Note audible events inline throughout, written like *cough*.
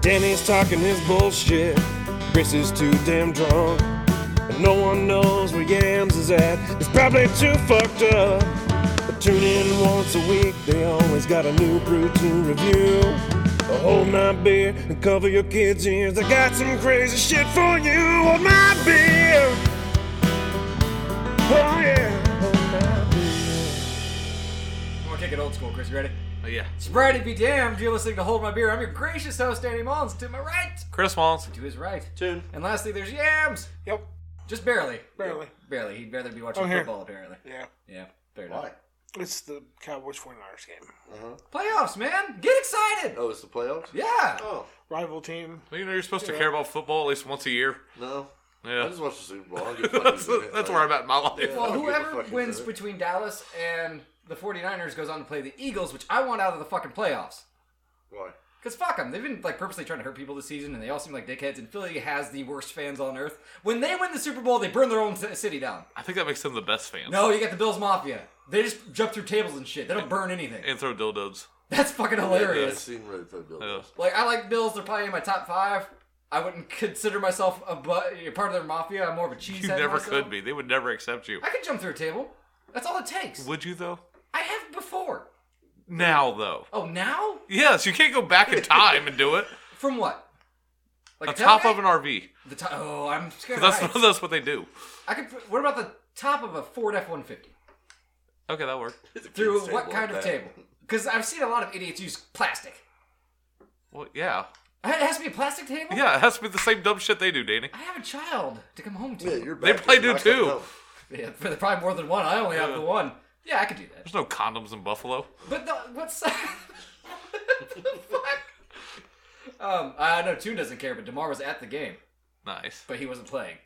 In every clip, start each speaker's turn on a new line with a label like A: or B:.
A: Danny's talking his bullshit. Chris is too damn drunk. And no one knows where Yams is at. He's probably too fucked up. But tune in once a week. They always got a new brew to review. So hold my beer and cover your kids' ears. I got some crazy shit for you. Hold my beer. Oh yeah. Hold my beer.
B: I'm gonna take it old school, Chris. You ready?
C: Oh, yeah.
B: Sobriety be damned. You're listening to Hold My Beer. I'm your gracious host, Danny Mullins. To my right.
C: Chris Mullins.
B: To his right.
D: Tune.
B: And lastly, there's Yams.
D: Yep.
B: Just barely.
D: Barely.
B: Barely. He'd rather be watching
D: I'm here.
B: football, apparently.
D: Yeah.
B: Yeah. Fair enough.
E: Why?
D: It's the Cowboys 49ers game.
B: Playoffs, man. Get excited.
E: Oh, it's the playoffs?
B: Yeah.
E: Oh,
D: Rival team.
C: You know, you're supposed to care about football at least once a year. *laughs*
E: no. I
C: Yeah.
E: just watched the Super
C: *laughs*
E: Bowl. I don't give a fuck
C: that's,
E: who's in it.
C: that's
E: Like,
C: where I'm at in my life.
B: Well,
E: don't give a
B: whoever
E: fuck who
B: wins
E: does it.
B: between Dallas and the 49ers goes on to play the Eagles, which I want out of the fucking playoffs.
E: Why?
B: Because fuck them. They've been like purposely trying to hurt people this season, and they all seem like dickheads, and Philly has the worst fans on earth. When they win the Super Bowl, they burn their own c- city down.
C: I think that makes them the best fans.
B: No, you got the Bills Mafia. They just jump through tables and shit. They don't burn anything.
C: And throw dildos.
B: That's fucking
E: I've
B: hilarious.
E: seen Red Thumb
C: Yeah.
E: Dildos.
B: Like, I like Bills. They're probably in my top five. I wouldn't consider myself a bu- part of their mafia. I'm more of a cheesehead.
C: You never
B: myself.
C: could be. They would never accept you.
B: I could jump through a table. That's all it takes.
C: Would you, though?
B: I have before.
C: Now, though.
B: Oh, now?
C: Yes, you can't go back in time and do it.
B: From what? Like *laughs*
C: The
B: a
C: top
B: tailgate?
C: of an RV.
B: The top. Oh, I'm scared. of
C: That's,
B: heights.
C: *laughs* that's what they do.
B: I could. put- What about the top of a Ford F-150?
C: Okay, that worked.
B: Through
E: Kids'
B: what
E: table
B: kind
E: like
B: of
E: that.
B: table? Because I've seen a lot of idiots use plastic.
C: Well, yeah.
B: It has to be a plastic table.
C: Yeah, it has to be the same dumb shit they do, Danny.
B: I have a child to come home
E: Yeah,
B: to.
E: you're
C: They
E: back.
C: play
E: You're
C: do
E: not gonna
C: too.
E: know.
B: Yeah, for the probably more than one. I only have the one. Yeah, I could do that.
C: There's no condoms in Buffalo.
B: But the, what's *laughs* what the fuck? Um, I know Tune doesn't care, but Demar was at the game,
C: Nice.
B: but he wasn't playing.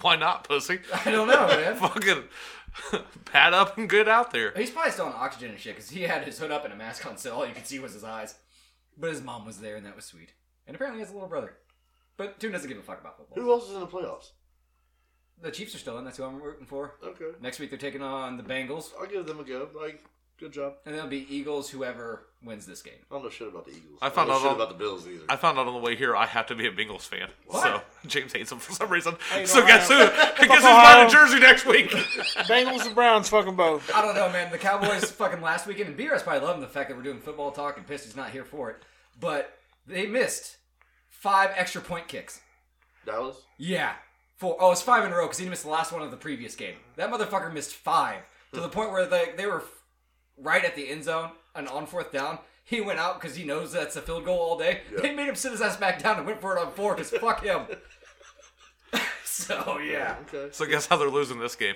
C: Why not, pussy? *laughs*
B: I don't know, man.
C: Fucking *laughs* pat up and get out there.
B: He's probably still on oxygen and shit because he had his hood up and a mask on, so all you could see was his eyes. But his mom was there, and that was sweet. And apparently, he has a little brother. But Tune doesn't give a fuck about football.
E: Who else is in the playoffs?
B: The Chiefs are still in. That's who I'm rooting for.
E: Okay.
B: Next week, they're taking on the Bengals,
E: I'll give them a go. Like, good job.
B: and then it'll be Eagles. Whoever wins this game.
E: I don't know shit about the Eagles.
C: I found
E: don't know
C: out
E: shit
C: all-
E: about the Bills either.
C: I found out on the way here I have to be a Bengals fan.
B: What?
C: So *laughs* James hates them for some reason.
D: Hate
C: So guess who?
D: Ohio.
C: I guess who's
D: Ohio.
C: not in Jersey next week? *laughs*
D: Bengals and Browns, fucking both.
B: I don't know, man. The Cowboys *laughs* fucking last weekend, and Beerus probably loving the fact that we're doing football talk, and Pisty's not here for it. But they missed five extra point kicks.
E: Dallas?
B: Yeah, four. Oh, it's five in a row because he missed the last one of the previous game. That motherfucker missed five to the point where they they were right at the end zone and on fourth down. He went out because he knows that's a field goal all day. They made him sit his ass back down and went for it on four because fuck him. *laughs* so yeah,
E: Okay.
C: So guess how they're losing this game?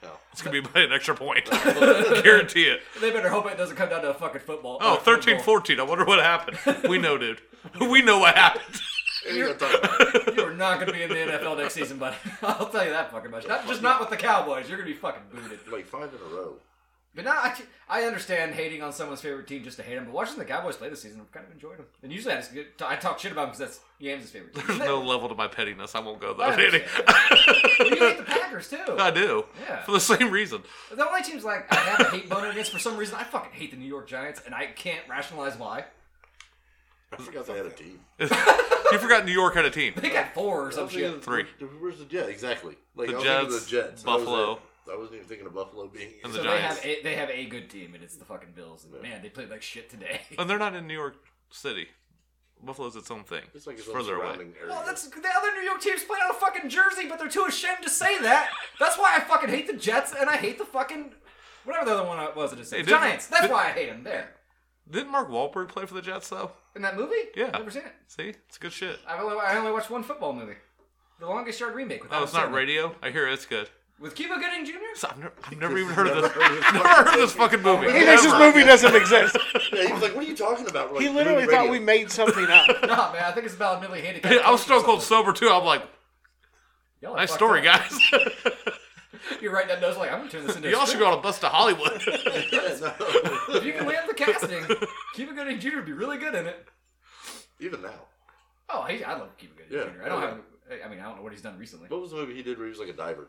E: Hell.
C: It's gonna be by an extra point. *laughs* Guarantee it.
B: they better hope it doesn't come down to a fucking football. uh,
C: Oh,
B: field
C: 13
B: goal.
C: 14. I wonder what happened. We know, dude. We know what happened. *laughs*
E: Ain't gonna talk about it.
B: You are not going to be in the NFL next season, buddy. *laughs* I'll tell you that fucking much. Not, just not with the Cowboys. You're going to be fucking booted.
E: Like, five in a row.
B: But now I, I understand hating on someone's favorite team just to hate them. But watching the Cowboys play this season, I've kind of enjoyed them. And usually I just get, I talk shit about them because that's Yams' favorite team.
C: There's no level to my pettiness. I won't go
B: I
C: though, Danny.
B: understand. But you hate the Packers too.
C: *laughs* I do.
B: Yeah.
C: For the same reason. *laughs*
B: The only teams like I have a hate boner against for some reason I fucking hate the New York Giants and I can't rationalize why.
E: I forgot they had a team.
C: You forgot New York had a team.
B: They got four or some shit.
C: Three.
E: Where's the Jets? Exactly. Like,
C: The
E: I was thinking of
C: Jets,
E: the Jets. That
C: Buffalo.
E: was it. I wasn't even thinking of Buffalo being
C: And the
B: So they
C: Giants.
B: have a, they have a good team and it's the fucking Bills. And man, they played like shit today. *laughs*
C: And they're not in New York City. Buffalo's its own thing.
E: It's like it's
C: further away. Oh,
E: surrounding area.
B: Well, Oh, that's the other New York teams play out of fucking Jersey, but they're too ashamed to say that. That's why I fucking hate the Jets and I hate the fucking whatever the other one was. It is
C: Hey, didn't-
B: Giants. That's
C: did-
B: why I hate them. There
C: Didn't Mark Wahlberg play for the Jets though?
B: in that movie.
C: Yeah.
B: never seen it.
C: See, it's good shit.
B: I've only I only watched one football movie, The Longest Yard remake. With
C: Oh,
B: Adam
C: it's not
B: Sandler.
C: radio. I hear it's good.
B: with Cuba Gooding Jr.
C: So I've, never, I've never even heard of *laughs* this. Never heard of this fucking movie.
D: He thinks this
C: Ever.
D: movie doesn't exist.
E: Yeah, *laughs* he was like, "What are you talking about?" We're
D: He
E: like,
D: literally
E: "Dude,
D: thought we
E: radio."
D: made something up.
B: Nah, man, I think it's about mentally handicapped.
C: I was
B: still
C: stone cold sober too. I'm like,
B: Y'all are
C: nice
B: fucked
C: story,
B: up.
C: guys. *laughs*
B: You're right. That nose like I'm gonna turn this into. a
C: Y'all should
B: script.
C: go on a bus to Hollywood. *laughs*
E: *laughs*
B: If you can land the casting, Cuba Gooding Jr. would be really good in it.
E: Even now,
B: Oh, he, I love Cuba Gooding
E: Yeah.
B: Jr. I don't
E: Oh,
B: have. I mean, I don't know what he's done recently.
E: what was the movie he did where he was like a diver?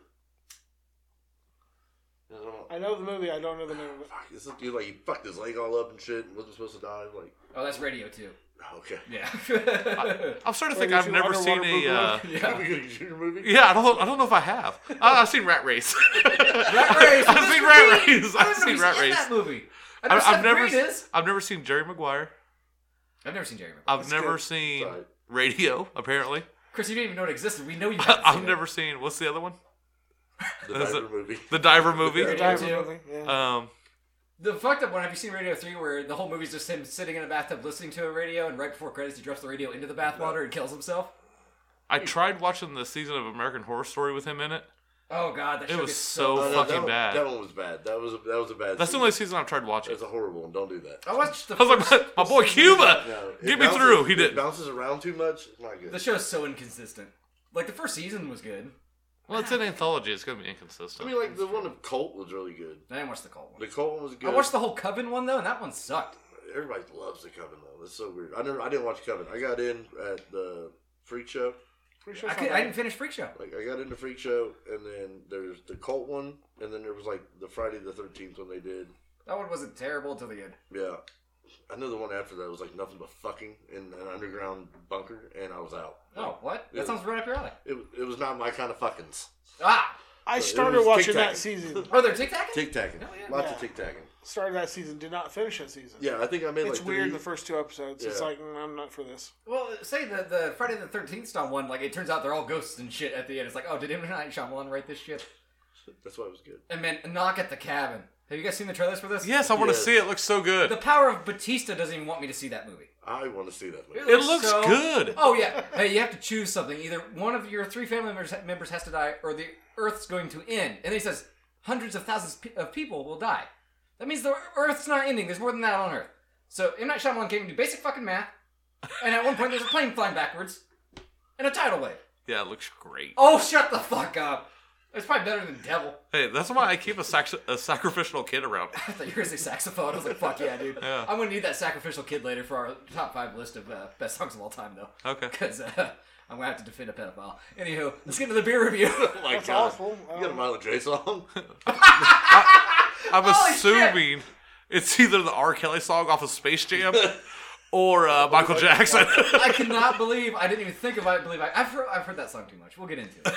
E: I don't know.
D: I know the movie. I don't know the name of it.
E: Fuck, this is dude like he fucked his leg all up and shit and wasn't supposed to die. Like,
B: Oh, that's radio too.
E: *laughs* okay.
C: *laughs*
B: Yeah.
C: I'm starting to think
D: Or
C: I've
D: you
C: never
D: underwater
C: seen a. Uh,
D: boogaloo.
E: Yeah. we gonna shoot a movie?
C: yeah, I don't. I don't know if I have. I, I've seen Rat Race.
B: *laughs*
C: *laughs*
B: Rat Race.
C: I've seen Rat Race.
B: I
C: I've
B: don't know
C: seen
B: who's
C: Rat
B: in
C: Race.
B: that movie. I know
C: I've,
B: Seth
C: I've never.
B: Green is.
C: I've never seen Jerry Maguire.
B: I've never seen Jerry Maguire.
C: I've never
D: good.
C: seen
E: Sorry.
C: Radio. Apparently,
B: Chris, you didn't even know it existed. We know
C: *laughs*
B: you. haven't
C: I've
B: seen it.
C: never seen. What's the other one?
E: The
C: That's
E: diver
C: it.
E: movie. *laughs*
C: The Diver movie.
E: Yeah.
D: Diver
B: too.
D: movie, yeah.
C: Um,
B: The fucked up one. Have you seen Radio Three, where the whole movie's just him sitting in a bathtub listening to a radio, and right before credits, he drops the radio into the bathwater and kills himself?
C: I tried watching the season of American Horror Story with him in it.
B: Oh god, that
C: It
B: show
C: was
B: gets
C: so
E: No, no,
C: fucking
E: that one,
C: bad.
E: That one was bad. That was a, that was a bad.
C: That's the
E: scene.
C: only season I've tried watching.
E: That's a horrible one. Don't do that.
B: I watched the.
C: *laughs* I was
B: first-
C: like, my, my boy Cuba,
E: No, it
C: get me
E: bounces-
C: through. He
E: it
C: didn't.
E: bounces around too much. It's not good.
B: the show's so inconsistent. Like the first season was good.
C: Well, it's an anthology. It's gonna be
E: I
C: inconsistent.
E: mean, like the one of Colt was really good.
B: I didn't watch the Cold one.
E: The Colt one was good.
B: I watched the whole Coven one though, and that one sucked.
E: Everybody loves the Coven though. That's so weird. I never, I didn't watch Coven. I got in at the Freak Show.
D: Pretty sure
B: I,
D: it's
B: could,
D: not
B: I
D: that.
B: didn't finish Freak Show.
E: Like I got into Freak Show, and then there's the Cult one, and then there was like the Friday the Thirteenth one they did.
B: That one wasn't terrible until the end.
E: Yeah, I know the one after that was like nothing but fucking in an underground bunker, and I was out.
B: Oh, what? That
E: Yeah.
B: sounds right up your alley.
E: It, it was not my kind of fuckings.
B: Ah,
D: I
E: was
D: started watching
E: tic-tac.
D: that season.
B: oh, they're tic tacking.
E: Tic tacking,
B: Hell yeah.
E: lots
D: Oh, Yeah.
E: of tic tacking.
D: Started that season. Did not finish that season.
E: Yeah, I think I made
D: It's
E: like
D: weird
E: three.
D: the first two episodes. It's
E: Yeah.
D: like mm, I'm not for this.
B: Well, say the the Friday the Thirteenth Stone one, like it turns out they're all ghosts and shit. At the end, it's like, oh, did M Night Shyamalan write this shit?
E: That's why it was good.
B: And man, knock at the cabin. Have you guys seen the trailers for this?
C: yes, I want to
E: Yes.
C: see it. it. Looks so good.
B: The power of Batista doesn't even want me to see that movie.
E: I want to see that movie.
C: It looks good.
B: Oh yeah. Hey, you have to choose something. Either one of your three family members, members has to die, or the Earth's going to end. And then he says, hundreds of thousands pe- of people will die. That means the Earth's not ending. There's more than that on Earth. So M Night Shyamalan came to do basic fucking math, and at one point there's a plane flying backwards, and a tidal wave.
C: Yeah, it looks great.
B: Oh, shut the fuck up. It's probably better than Devil.
C: Hey, that's why I keep a, sax- a sacrificial kid around.
B: I thought you were going to say saxophone. I was like, fuck yeah, dude.
C: *laughs* Yeah.
B: I'm going to need that sacrificial kid later for our top five list of uh, best songs of all time, though.
E: *laughs*
C: Okay.
B: Because uh, I'm going to have to defend a pedophile. Anywho, let's get into the beer review. *laughs*
E: Oh my
D: That's
E: God.
D: awful. Um,
E: You got a Milo J song? *laughs*
C: I'm
B: Holy
C: assuming it's either the R. Kelly song off of Space
E: *laughs*
C: Jam or uh, Michael Jackson. *laughs*
B: I cannot believe I didn't even think about it. Believe I, I've, heard, I've heard that song too much. We'll get into
E: *laughs*
B: it.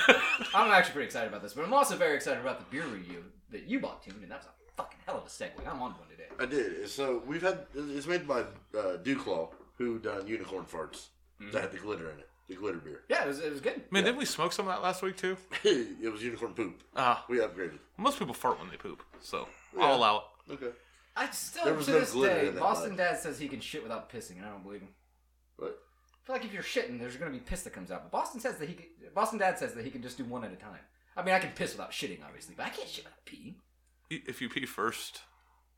B: I'm actually pretty excited about this, but I'm also very excited about the beer review that you bought, Tune, and that was a fucking hell of a segue. I'm on one today.
E: I did. So we've had it's made by uh, Dewclaw, who done unicorn farts
D: Mm-hmm.
E: that had the glitter in it, the glitter beer. *laughs*
B: Yeah, it was, it was good.
C: Man, didn't we smoke some of that last week too?
E: it was unicorn poop.
C: Ah,
E: We upgraded.
C: most people fart when they poop, so I'll allow it.
E: Okay.
B: I still,
E: There was
B: to
E: no
B: this
E: glitter
B: day,
E: in that
B: Boston
E: mug.
B: Dad says he can shit without pissing, and I don't believe him.
E: But
B: I feel like if you're shitting, there's going to be piss that comes out. But Boston says that he can, Boston Dad says that he can just do one at a time. I mean, I can piss without shitting, obviously, but I can't shit without peeing.
C: Y- If you pee first,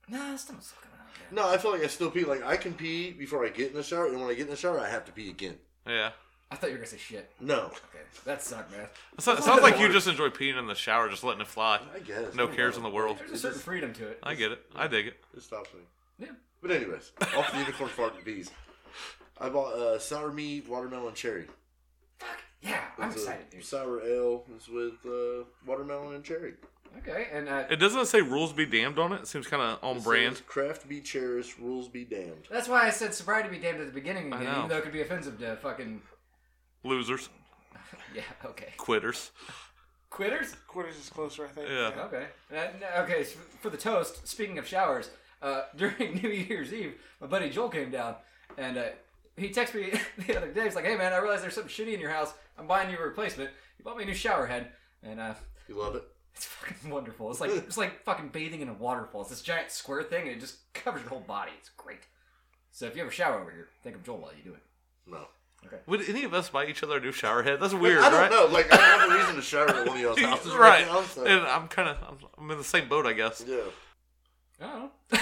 B: Nah, stomach's still coming out. Yeah.
E: no, I feel like I still pee. Like I can pee before I get in the shower, and when I get in the shower, I have to pee again.
C: yeah.
B: I thought you were going to say shit.
E: No,
B: Okay, that sucked, man.
C: It so- it sounds like you just enjoy peeing in the shower, just letting it fly.
E: I guess
C: No cares in the world.
B: There's a certain freedom to it.
C: I get it. I dig it.
E: It stops me.
B: Yeah.
E: But anyways, off the unicorn fart and bees. I bought uh, sour meat, watermelon, cherry.
B: Fuck yeah, I'm
E: It's a
B: excited, dude.
E: Sour ale is with uh, watermelon and cherry.
B: Okay, and uh,
C: It doesn't say rules be damned on it. It seems kind of on
E: It
C: brand.
E: says, Craft be cherished, rules be damned.
B: that's why I said sobriety be damned at the beginning again,
C: know.
B: even though it could be offensive to fucking.
C: Losers,
B: Yeah, okay.
C: quitters.
B: Quitters?
D: Quarters is closer, I think.
C: Yeah.
B: Okay. Uh, n- okay. So for the toast, speaking of showers, uh, *laughs* during New Year's Eve, my buddy Joel came down and uh, he texted me *laughs* the other day. He's like, "Hey man, I realize there's something shitty in your house. I'm buying you a replacement. You bought me a new shower head, and uh,
E: You love it?
B: it's fucking wonderful.
E: *laughs*
B: It's like it's like fucking bathing in a waterfall. It's this giant square thing, and it just *laughs* covers your whole body. It's great. So if you have a shower over here, think of Joel while you do it.
E: No.
C: Would any of us buy each other a new shower head? That's weird,
E: I don't
C: right?
E: know. Like, I don't have a reason to shower at one of y'all's houses
C: *laughs* right.
E: right, now. So.
C: And I'm kind of I'm, I'm in the same boat, I guess.
E: yeah.
B: Oh, *laughs*
E: I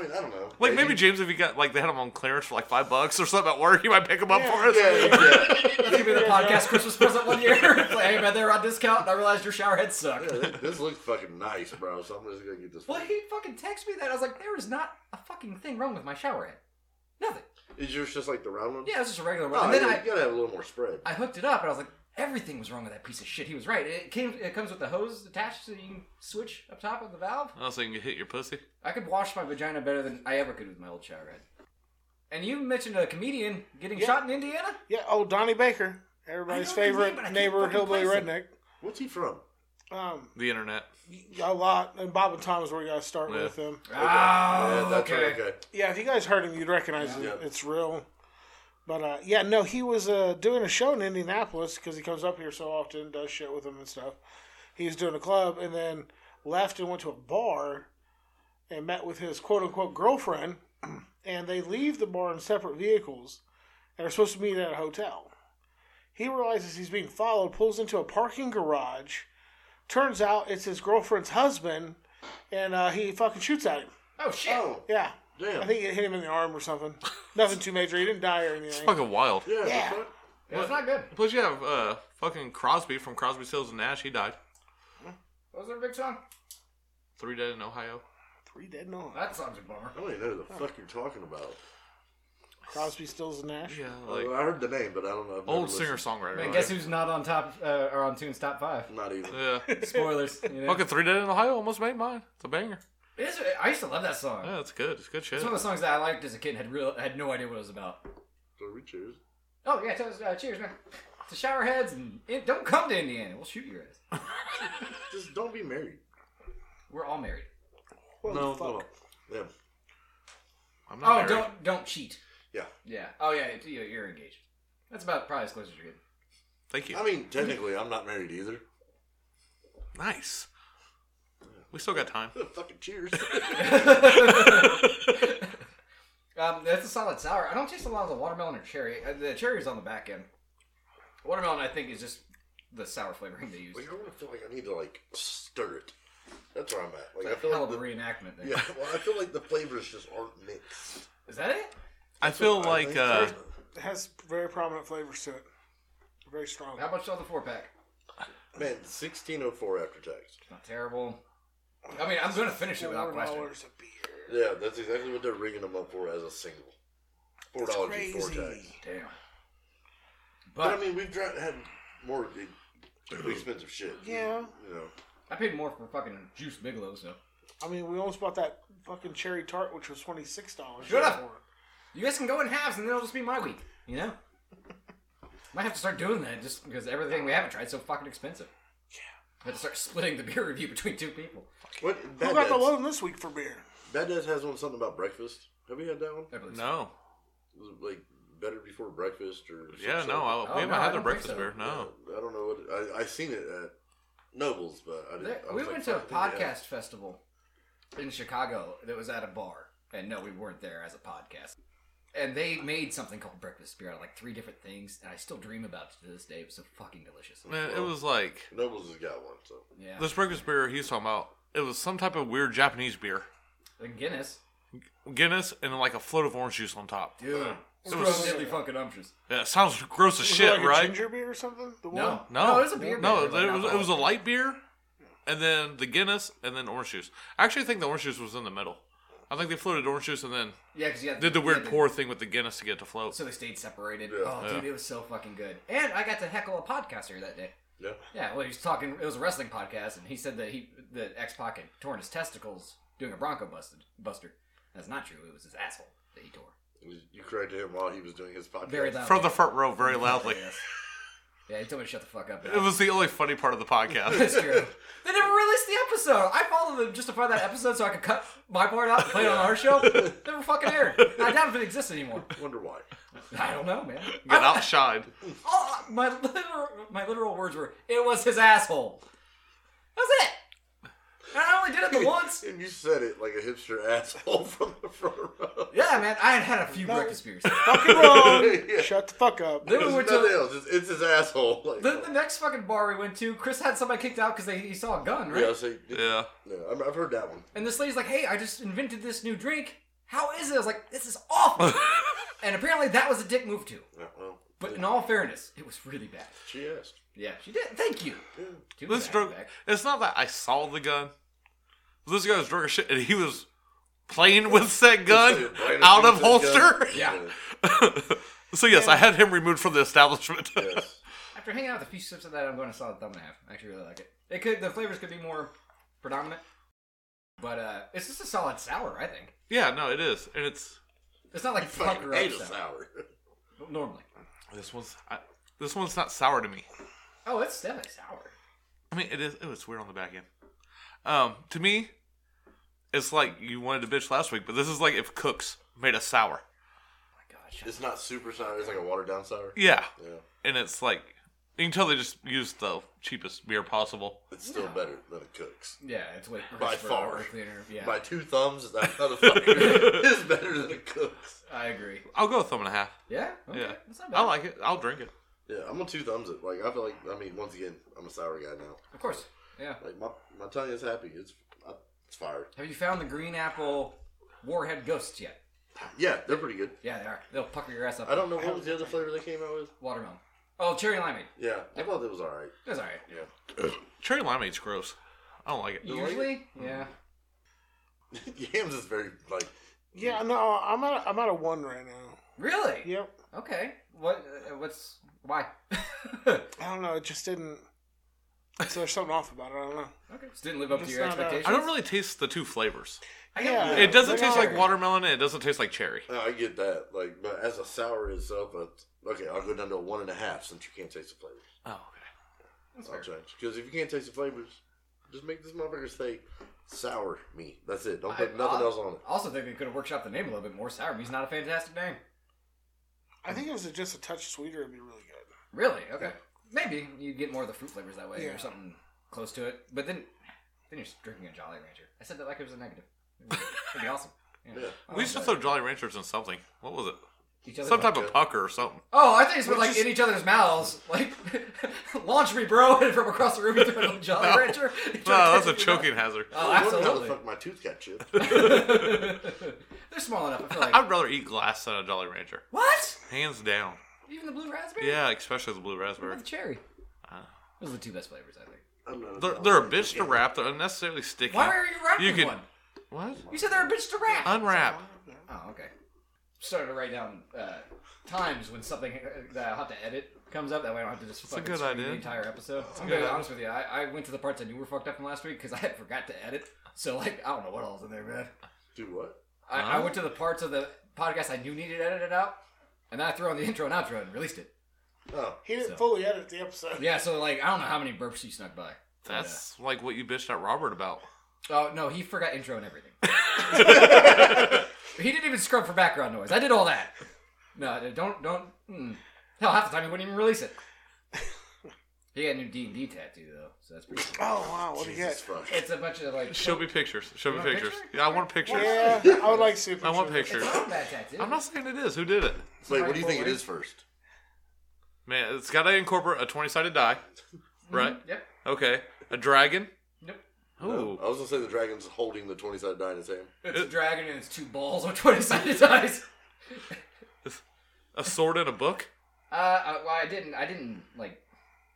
E: mean, I don't know.
C: Like maybe James, if you got like they had them on clearance for like five bucks or something at work, you might pick them up for us.
E: Yeah, yeah, yeah.
B: that's gonna be the podcast Christmas present one year. *laughs* It's like, hey man, they're on discount, and I realized your shower head sucked.
E: Yeah, th- this looks fucking nice, bro. So I'm just gonna get this.
B: Well,
E: one.
B: he fucking texted me that. I was like, there is not a fucking thing wrong with my shower head. Nothing.
E: Is yours just like the round one?
B: Yeah, it's just a regular one.
E: Oh,
B: and then
E: yeah, you gotta have a little more spread.
B: I, I hooked it up and I was like, Everything was wrong with that piece of shit. He was right. It came. It comes with the hose attached, so you can switch up top of the valve.
C: I was thinking Oh, you hit your pussy.
B: I could wash my vagina better than I ever could with my old shower head. And you mentioned a comedian getting
D: Yeah.
B: shot in Indiana.
D: Yeah, oh Donnie Baker,
B: I
D: everybody's
B: know his
D: favorite
B: name, but I can't
D: neighbor
B: fucking
D: hillbilly
B: place him.
D: redneck.
E: What's he from?
D: Um,
C: The internet.
D: a lot, and Bob and Tom is where you gotta start
C: Yeah.
D: with them.
B: Oh,
E: Yeah, that's
B: okay.
E: right, okay.
D: Yeah, if you guys heard him, you'd recognize
E: Yeah.
D: it. It's real. But uh, yeah, no, he was uh, doing a show in Indianapolis because he comes up here so often, does shit with them and stuff. He was doing a club and then left and went to a bar and met with his quote unquote girlfriend. *clears throat* And they leave the bar in separate vehicles and are supposed to meet at a hotel. He realizes he's being followed, pulls into a parking garage. Turns out it's his girlfriend's husband, and uh, he fucking shoots at him.
B: Oh shit.
E: Oh,
D: Yeah.
E: damn.
D: I think it hit him in the arm or something. Nothing too major. He didn't die or anything.
C: Fucking wild.
E: yeah.
D: yeah.
E: the fuck?
B: Yeah, it's not good.
C: Plus, you have uh, fucking Crosby from Crosby, Stills and Nash. He died.
B: What was their big song?
C: Three dead in Ohio.
D: Three dead and all.
B: That song's a bummer.
E: I don't even know who the fuck you're talking about. Uh,
D: Crosby, Stills, and Nash.
C: Yeah, like
E: I heard the name, but I don't know. I've never
C: old singer
E: listened.
C: songwriter.
B: Man, guess who's not on top uh, or on Tune's top five?
E: Not even.
B: *laughs*
C: Yeah.
B: Spoilers. You know?
C: Fucking Three Dead in Ohio almost made mine. It's a banger.
B: It's- I used to love that song.
C: Yeah, it's good. It's good shit.
B: It's one of the songs that I liked as a kid. and Had real had no idea what it was about.
E: So we cheers.
B: Oh yeah, toast, uh, cheers, man. To shower heads and in, don't come to Indiana. We'll shoot your ass.
E: Just don't be married.
B: We're all married.
D: What
E: no,
D: the fuck?
E: no. Yeah.
C: I'm
B: Oh,
C: not married.
B: don't don't cheat.
E: Yeah.
B: Yeah. Oh yeah, you- you're engaged. That's about probably as close as you're getting.
C: Thank you.
E: I mean, technically, I'm not married either.
C: nice. We still got time.
E: Fucking
C: *laughs*
E: cheers.
B: Um, that's a solid sour. I don't taste a lot of the watermelon or cherry. Uh, the cherry is on the back end. Watermelon, I think, is just the sour flavoring they use.
E: like, I want to feel like I need to like stir it. That's where I'm at. Like, I
B: It's a
E: feel
B: hell of
E: like
B: a
E: the,
B: reenactment there. Is
E: yeah. *laughs* Well, I feel like the flavors just aren't mixed.
B: that it?
C: I feel like uh,
D: It has very prominent flavors to it. Very strong.
B: How much on the four pack?
E: man, 1604 after tax.
B: It's not terrible. I mean, I'm going to finish it without
D: Four
B: question.
D: dollars a beer.
E: Yeah, that's exactly what they're ringing them up for as a single. Four
D: That's
E: dollars before
D: crazy.
E: tax.
B: Damn.
E: But
B: But
E: I mean, we've dra- had more e- expensive shit.
D: Yeah.
E: You know.
B: I paid more for fucking Juice Bigelow, so.
D: I mean, we almost bought that fucking cherry tart, which was twenty six dollars.
B: Shut up. You guys can go in halves and then it'll just be my week, you
E: *laughs*
B: know? Might have to start doing that just because everything we haven't tried is so fucking expensive. Yeah. Have to start splitting the beer review between two people.
E: What?
D: Who
E: Bad
D: got the
E: Dad's,
D: loan this week for beer?
E: Bad Dad's has one something about breakfast. Have you had that one?
B: I believe so.
C: no.
E: Was it, like better before breakfast or some
C: Yeah,
E: shit?
C: no. I,
B: Oh,
C: we haven't
B: no, I don't
C: had their
B: think
C: breakfast
B: so.
C: beer. No.
E: I don't know what I I seen it at Nobles, but I didn't.
B: There-
E: I
B: we
E: was like,
B: went to a
E: fuck, I
B: podcast
E: think they had-
B: festival in Chicago that was at a bar, and no, we weren't there as a podcast. And they made something called breakfast beer out of like three different things, and I still dream about it to this day. It was so fucking delicious.
C: Man, it was like
E: Nobles has got one, so
B: Yeah,
C: this breakfast beer he was talking about. It was some type of weird Japanese beer,
B: and Guinness,
C: Guinness, and like a float of orange juice on top.
B: dude, it
C: was-
B: was really fucking umptious.
C: Yeah, it sounds gross as
B: *laughs*
D: Was
C: shit,
D: it like a
C: right?
D: ginger beer or something? The one?
B: No,
C: No,
B: it was a beer.
C: No,
B: beer, like
C: it was,
B: alcohol.
C: it was a light beer, and then the Guinness, and then orange juice. I actually think the orange juice was in the middle. I think they floated orange juice and then
B: yeah, because you
C: did the
B: you
C: weird
B: had
C: pour thing with the Guinness to get it to float.
B: so they stayed separated.
E: Yeah.
B: oh, dude, it was so fucking good. And I got to heckle a podcaster that day.
E: yeah.
B: Yeah, well, he was talking. It was a wrestling podcast, and he said that he that X Pac had torn his testicles doing a Bronco busted buster. That's not true. It was his asshole that he tore.
E: You corrected him while he was doing his podcast.
B: Very loud.
C: *laughs* From the front row, very loudly.
B: Yes. Yeah, he told me to shut the fuck up.
C: It was the only funny part of the podcast.
B: *laughs*
C: *laughs*
B: That's true. They never released the episode. I followed them just to find that episode so I could cut my part out and play it on our show. They were fucking aired. I doubt if it exists anymore.
E: Wonder why?
B: I don't know, man.
C: Get outshined.
B: Oh, my literal, my literal words were, "It was his asshole." That's it. And I only did
C: *laughs*
B: it the once.
E: And you said it like a hipster *laughs* asshole from the front row.
B: Yeah, man, I had had a few breakfast beers. *laughs*
D: Fucking wrong.
E: *laughs* Yeah.
D: Shut the fuck up.
B: Then we
E: There's
B: went
E: nothing
B: to
E: else. It's, it's his asshole. *laughs* Like, oh.
B: the, the next fucking bar we went to. Chris had somebody kicked out because they he saw a gun, right?
E: yeah, I say, yeah.
C: Yeah.
E: I'm, I've heard that one.
B: And this lady's like, "Hey, I just invented this new drink. How is it?" I was like, "This is awful." and apparently, that was a dick move too.
E: Yeah, well,
B: But in all fairness, it was really bad.
E: she asked.
B: Yeah, she did. Thank you. Too
C: This
B: bad,
C: drunk.
B: back.
C: It's not that I saw the gun. This guy was drunk as shit, and he was playing with said gun
E: Brandon
C: out of
E: Peterson gun.
C: holster.
B: Yeah.
C: *laughs*
B: *laughs*
C: so yes, I had him removed from the establishment.
E: Yes.
B: I After hanging out with a few sips of that, I'm going to solid thumb and a half. I actually really like it. It could the flavors could be more predominant, but uh, it's just a solid sour. I think
C: *laughs* Yeah, no, it is, and it's
B: it's not like
E: Fucking
B: pucker up
E: hate a
B: sour,
E: sour. *laughs*
B: normally.
C: this one's I, this one's not sour to me.
B: Oh, it's definitely sour. Oh
C: I mean, it is. It was weird on the back end. Um, to me, it's like you wanted to bitch last week, but this is like if Cooks made a sour.
B: Oh my gosh,
E: It's not super sour. It's like a watered down sour.
C: Yeah,
E: Yeah,
C: and it's like you can tell they just used the cheapest beer possible.
E: it's still better than a Cook's.
B: yeah, it's way
E: By
B: crisper,
E: far.
B: way cleaner. Yeah,
E: By two thumbs,
B: *laughs*
E: that motherfucker is better than a Cook's.
B: I agree.
C: I'll go a thumb and a half.
B: Yeah, okay.
C: Yeah,
B: that's not bad.
C: I like it. I'll drink it.
E: Yeah, I'm on two thumbs it. Like I feel like I mean, once again, I'm a sour guy now.
B: Of course. Yeah.
E: Like my my tongue is happy. It's I, it's fired.
B: Have you found the green apple warhead ghosts yet?
E: Yeah, they're pretty good.
B: Yeah, they are. They'll pucker your ass up.
E: I don't know what was the other flavor they came out with.
B: Watermelon. Oh, cherry limeade.
E: Yeah, I thought that was all right.
B: That's all right.
C: Cherry limeade's gross. I don't like it.
E: like
B: Usually, yeah.
E: *laughs* Yams is very like
D: Yeah, no, I'm at a, I'm at a one right now.
B: Really?
D: Yep.
B: Okay. What? Uh, what's why? *laughs*
D: I don't know. It just didn't. So there's something off about it. I don't know.
B: okay. Just didn't live up to
D: It's
B: your
D: not a-
B: expectations.
C: I don't really taste the two flavors.
B: I get
D: Yeah.
B: it.
C: It doesn't
D: They're
C: taste
D: not-
C: like watermelon, and it doesn't taste like cherry.
E: I get that. Like, but as a sour itself, but okay, I'll go down to a one and a half since you can't taste the flavors.
C: Oh, okay.
E: I'll change because if you can't taste the flavors, just make this motherfucker say sour me. That's it. Don't put
B: I-
E: nothing
B: I-
E: else on it.
B: I also think they could have workshopped the name a little bit more. Sour me's not a fantastic name.
D: I think if it was just a touch sweeter, it'd be really good.
B: Really? Okay. Maybe you'd get more of the fruit flavors that way,
D: Yeah.
B: or something close to it. But then, then you're just drinking a Jolly Rancher. I said that like it was a negative. It'd be awesome. Yeah.
E: Yeah.
B: Oh,
C: We used to
B: but
C: throw Jolly Ranchers in something. What was it?
B: each other
C: Some
B: like-
C: type of pucker or
D: *laughs*
C: something.
B: Oh, I think it's been
D: Which
B: like
D: is-
B: in each other's mouths. Like, *laughs* launch me, bro! *laughs* And from across the room, you
C: *laughs*
B: throw a Jolly
C: No.
B: Rancher.
C: No,
B: *laughs*
C: that's a choking hazard.
B: Oh,
E: I wonder how the
B: absolutely.
E: fuck my tooth got chipped. *laughs*
B: *laughs* They're small enough.
C: *laughs*
B: I feel like.
C: I'd rather eat glass than a Jolly Rancher.
B: What?
C: Hands down.
B: Even the blue raspberry?
C: Yeah, Ah. especially the blue
B: Or
C: raspberry.
B: the cherry. Those are the two best flavors, I think.
E: I'm not
C: They're, they're a bitch to wrap. They're unnecessarily sticky.
B: Why are you wrapping
C: You could-
B: one?
C: What?
B: You said they're a bitch to wrap.
C: Unwrap.
B: oh, okay. Started to write down uh, times when something uh, that I'll have to edit comes up. That way I don't have to just fucking
C: good
B: scream
C: idea.
B: the entire episode. I'm
C: good
B: gonna be
C: idea.
B: honest with you. I, I went to the parts I knew were fucked up from last week because *laughs* I had forgot to edit. So like I don't know what all's in there, man.
E: *laughs* Do what?
B: I, I went to the parts of the podcast I knew needed edited out, and then I threw on the intro and outro and released it.
E: Oh,
D: He didn't
B: So-
D: fully edit the episode.
B: Yeah, so like I don't know how many burps you snuck by.
C: That's like what you bitched at Robert about.
B: Oh no, he forgot intro and
C: *laughs*
B: everything. *laughs* he didn't even scrub for background noise. I did all that. No, don't don't. Mm. Hell, half the time he wouldn't even release it. He got a new D and D tattoo though, so that's pretty. Cool.
D: Oh wow, what do you
E: Jesus
D: get?
E: fuck.
B: It's a bunch of like.
C: Show
B: *laughs*
C: me pictures. Show me
B: want a
C: pictures.
B: picture?
C: Yeah, I want pictures.
D: Yeah, I would like to see. a
C: I want
D: picture of
B: It's not
C: pictures.
B: a bad tattoo.
C: I'm not saying it is. Who did it?
E: Wait, what do you think it is first?
C: Man, it's got to incorporate a 20 sided die, right?
B: Yep.
C: Okay. A dragon.
B: Mm-hmm. Nope.
C: Ooh.
E: I was gonna say the dragon's holding the twenty sided die in his hand.
B: It's a dragon and it's two balls on *laughs* twenty sided dice.
C: A sword and a book. *laughs*
B: Uh, I, well, I didn't. I didn't like.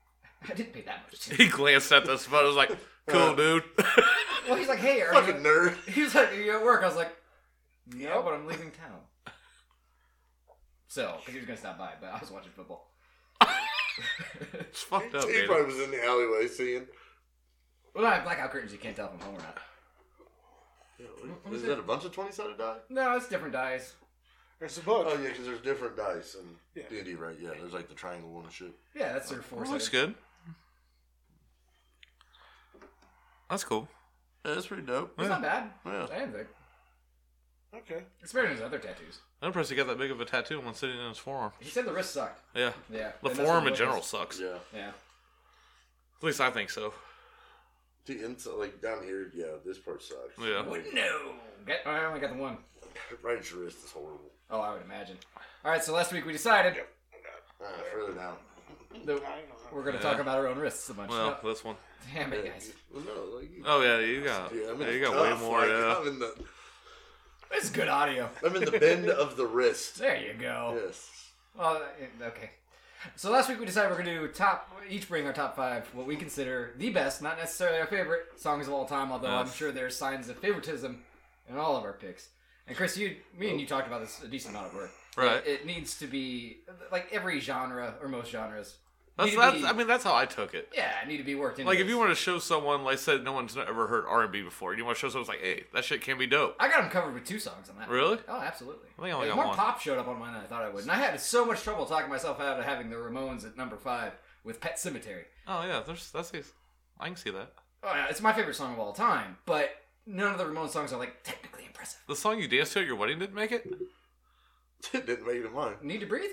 B: *laughs* I didn't pay that much.
C: *laughs*
B: attention.
C: He glanced at this photo. Was like, cool,
B: Uh,
C: dude. *laughs*
B: Well, he's like, "Hey, are
E: Fucking
B: you,
E: nerd.
B: he was like, "Are you at work?" I was like, "No, but I'm leaving town." So, because he was gonna stop by, but I was watching football.
C: it's fucked up,
E: *laughs* he
C: dude.
E: probably was in the alleyway seeing.
B: Well, no, I have blackout curtains. You can't tell if I'm home or not.
E: Is that a bunch of twenty sided die?
B: No, it's different dice.
D: There's a book.
E: Oh yeah, because there's different dice in
D: Yeah.
E: D and D, right? Yeah, there's like the triangle one and shit.
B: Yeah, that's their four.
C: Well, looks good. That's cool.
E: Yeah, that's pretty dope.
B: It's not bad.
E: Yeah.
B: I didn't think.
D: Okay.
B: It's better than his other tattoos.
C: I'm impressed he got that big of a tattoo on sitting in his forearm.
B: He said the wrist sucked.
C: Yeah.
B: Yeah.
C: The
B: and that's what
C: forearm
B: the
C: in
B: book
C: general
B: is.
C: sucks.
E: Yeah.
B: Yeah.
C: At least I think so.
E: The inside, like down here, yeah, this part sucks.
C: Yeah.
E: Like,
B: No. Get, oh, I only got the one.
E: right at your wrist is horrible.
B: Oh, I would imagine. All right, so last week we decided
E: Ah, further down.
B: that
D: I don't know.
B: we're going to talk about our own wrists so much.
C: Well,
B: No,
C: this one.
B: *laughs* damn it, guys.
E: Well, no, like you.
C: Oh yeah, you got.
E: Yeah,
C: Yeah,
E: I'm in
C: you
E: the
C: got way
E: cuff,
C: more.
B: *laughs*
E: like,
C: yeah.
E: I'm in the
B: This is good audio.
E: I'm in the bend of the wrist.
B: There you go.
E: Yes. *laughs*
B: Well, uh, okay. So last week we decided we're gonna do top. Each bring our top five, what we consider the best, not necessarily our favorite songs of all time. Although I'm
C: Yes.
B: sure there's signs of favoritism in all of our picks. And Chris, you, me, and you talked about this a decent amount of work.
C: Oh. Right.
B: It, it needs to be like every genre or most genres
C: That's
B: Need to
C: that's.
B: be-
C: I mean, that's how I took it.
B: Yeah, it need to be worked.
C: Like, if
B: anyways.
C: you want to show someone, like I said, no one's ever heard R and B before. You want to show someone, it's like, hey, that shit can be dope.
B: I got him covered with two songs on that.
C: Really?
B: Oh, absolutely.
C: I think I only
B: Hey,
C: got
B: more
C: one.
B: pop showed up on mine than I thought I would, and I had so much trouble talking myself out of having the Ramones at number five with Pet Cemetery.
C: Oh yeah, there's that's. I can see that.
B: Oh, yeah, it's my favorite song of all time, but none of the Ramones songs are like technically impressive.
C: The song you danced to at your wedding didn't make it.
E: Didn't make it in mine.
B: Need to breathe?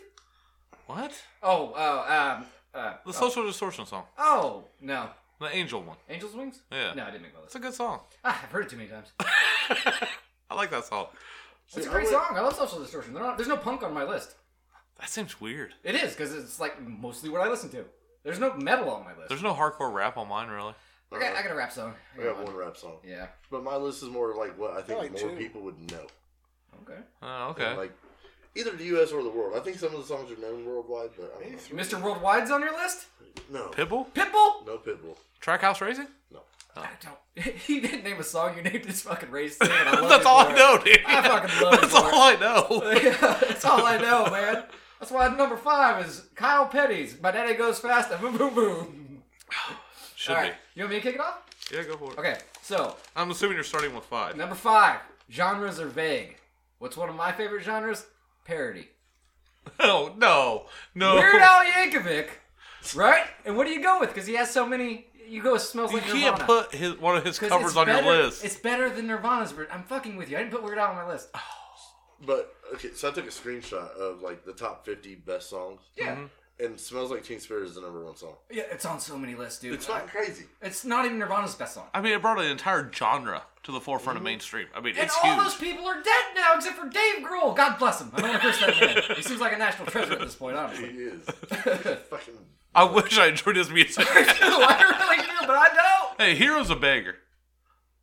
C: What?
B: Oh, oh, um, uh,
C: The Social Distortion song,
B: oh no,
C: the Angel one.
B: Angels Wings?
C: Yeah.
B: No, I didn't make my list.
C: It's a good song.
B: Ah, I've heard it too many times.
C: I like that song.
B: It's a
E: I
B: great
E: would-
B: song. I love Social Distortion. They're not, there's no punk on my list.
C: That seems weird.
B: It is because it's like mostly what I listen to. There's no metal on my list.
C: There's no hardcore rap on mine, really.
B: I got, I got a rap song. I
E: Uh, I
B: got
E: got
B: one.
E: one rap song.
B: Yeah.
E: But my list is more like what I think
D: I like
E: more
D: two.
E: people would know.
B: Okay.
C: Oh, okay.
E: Like either the US or the world. I think some of the songs are known worldwide, but I don't know.
B: Mr. Worldwide's on your list?
E: No.
C: Pitbull,
B: Pitbull?
E: No Pitbull.
C: Trackhouse Racing.
B: I *laughs* don't. He didn't name a song. You named his fucking race. Thing,
C: *laughs*
B: and I love
C: That's
B: it
C: all
B: for
C: I
B: it.
C: know, dude.
B: I fucking love it
C: That's
B: for
C: all I
B: *laughs*
C: know.
B: That's all I know, man. That's why number five is Kyle Petty's. My daddy goes fast. and Boom, boom, boom.
C: Should
B: All right. You want me to kick it off?
C: be. Yeah, go for it.
B: Okay. So
C: I'm assuming you're starting with five.
B: number five, genres are vague. What's one of my favorite genres? Parody.
C: *laughs* No, no, no.
B: Weird Al Yankovic, right? And what do you go with? Because he has so many. You go with smells
C: You
B: like
C: can't
B: Nirvana.
C: put his, one of his
B: 'Cause
C: covers
B: it's
C: on
B: better-
C: your list.
B: It's better than Nirvana's. ver- I'm fucking with you. I didn't put Weird Al on my list.
C: Ah.
E: But okay, so I took a screenshot of like the top fifty best songs.
B: Yeah.
C: Mm-hmm.
E: And Smells Like Teen Spirit is the number one song.
B: Yeah, it's on so many lists, dude.
E: It's not crazy.
B: It's not even Nirvana's best song.
C: I mean, it brought an entire genre to the forefront of mainstream. I mean,
B: Mhm. And
C: it's
B: all
C: huge.
B: those people are dead now, except for Dave Grohl. God bless him. I don't want to curse that man. He seems like a national treasure at this point,
E: He
B: honestly. *laughs*
E: is. fucking
C: I wish I enjoyed his music.
B: *laughs* I really do, but I don't.
C: hey, Hero's a banger.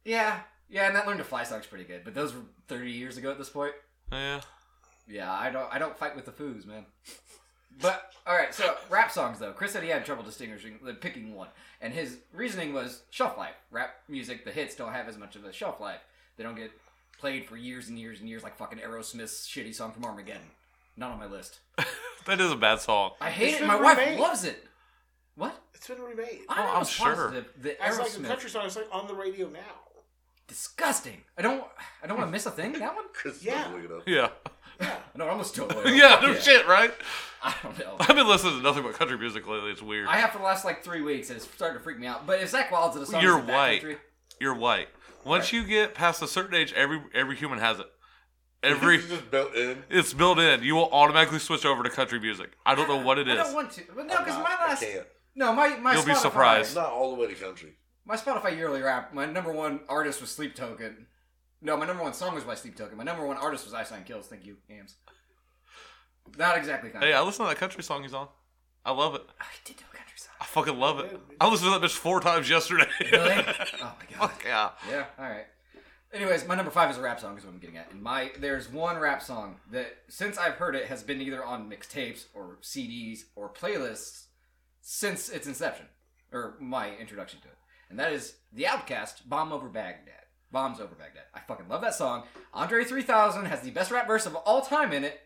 B: Yeah, yeah, and that "Learn to Fly" song's pretty good. But those were 30 years ago at this point.
C: Yeah.
B: Yeah, I don't, I don't fight with the foos, man. But all right, so rap songs though. Chris said he had trouble distinguishing, like, picking one, and his reasoning was shelf life. Rap music, the hits don't have as much of a shelf life. They don't get played for years and years and years, like fucking Aerosmith's shitty song from Armageddon. Not on my list.
C: That is a bad song.
B: I hate
D: It's
B: it.
D: been
B: My wife
D: remade.
B: loves it. What?
D: It's been remade.
B: I
C: Oh, I'm
B: was
C: sure.
B: positive The
D: It's like a
B: Aerosmith.
D: country song. It's like on the radio now.
B: Disgusting. I don't. I don't want to miss a thing. That one.
E: Chris
D: Yeah.
E: look it up.
C: Yeah. *laughs*
B: No, I almost totally.
C: Yeah, no shit, right?
B: I don't know.
C: I've been listening to nothing but country music lately. It's weird.
B: I have for the last like three weeks, and it's starting to freak me out. But if Zach Wilds did a song,
C: You're
B: is it
C: white.
B: backcountry?
C: You're white. Once you get past a certain age, every every human has it. Every
E: It's just built in.
C: it's built in. You will automatically switch over to country music. I don't know what it
B: I don't
C: is.
B: want to. But no, because
E: Nah,
B: my
E: I
B: last.
E: can't.
B: No, my my.
C: You'll be
B: Spotify,
E: It's
C: surprised.
E: not all the way to country.
B: My Spotify yearly rap. My number one artist was Sleep Token. No, my number one song was by Sleep Token. My number one artist was Ice Nine Kills. Thank you, Hams. Not exactly. Country.
C: Hey, I listen to that country song he's on. I love it.
B: I did do a country song.
C: I fucking love it. I listened to that bitch four times yesterday. *laughs*
B: Really? oh my god.
C: Fuck yeah.
B: Yeah. All right. Anyways, my number five is a rap song, is what I'm getting at. And my there's one rap song that since I've heard it has been either on mixtapes or CDs or playlists since its inception or my introduction to it, and that is The Outcast, "Bomb Over Baghdad." Bombs over Baghdad. I fucking love that song. Andre 3000 has the best rap verse of all time in it.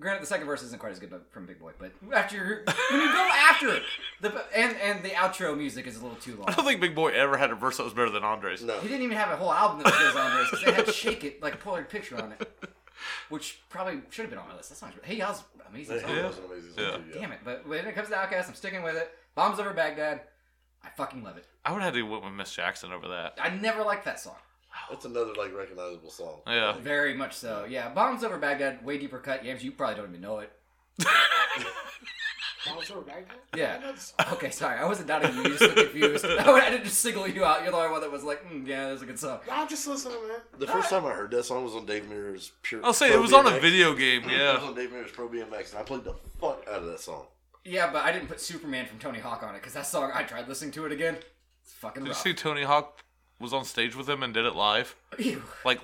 B: Granted, the second verse isn't quite as good but- from Big Boy, but after you're, when you go after it, the and and the outro music is a little too long.
C: I don't think Big Boy ever had a verse that was better than Andre's.
E: No.
B: He didn't even have a whole album that was his on this because they had "Shake It" like Polaroid picture on it, which probably should have been on my list. That's not. Hey, y'all's amazing.
E: That
B: Song.
E: was an amazing song,
C: Yeah.
E: too, yeah.
B: Damn it! But when it comes to Outkast, I'm sticking with it. Bombs over Baghdad. I fucking love it.
C: I would have to went with Miss Jackson over that.
B: I never liked that song.
E: That's another like recognizable song.
C: Yeah.
B: Very much so. Yeah, Bombs over Baghdad. Way deeper cut. Yams, you probably don't even know it.
D: Bombs over Baghdad?
B: Yeah.
D: I know this-
B: Okay, sorry. I wasn't doubting you. You just looked confused. *laughs* I didn't just single you out. You're the only one that was like, mm, yeah, that's a good song.
D: I'm just listening, man.
E: The first time I heard that song was on Dave Mirror's Pure.
C: I'll say
E: Pro
C: it was on a
E: BMX.
C: video game.
E: It was
C: Yeah.
E: on Dave Mirror's Pro BMX, and I played the fuck out of that song.
B: Yeah, but I didn't put Superman from Tony Hawk on it because that song. I tried listening to it again. It's fucking.
C: Did you
B: rough.
C: see Tony Hawk was on stage with him and did it live?
B: Ew.
C: Like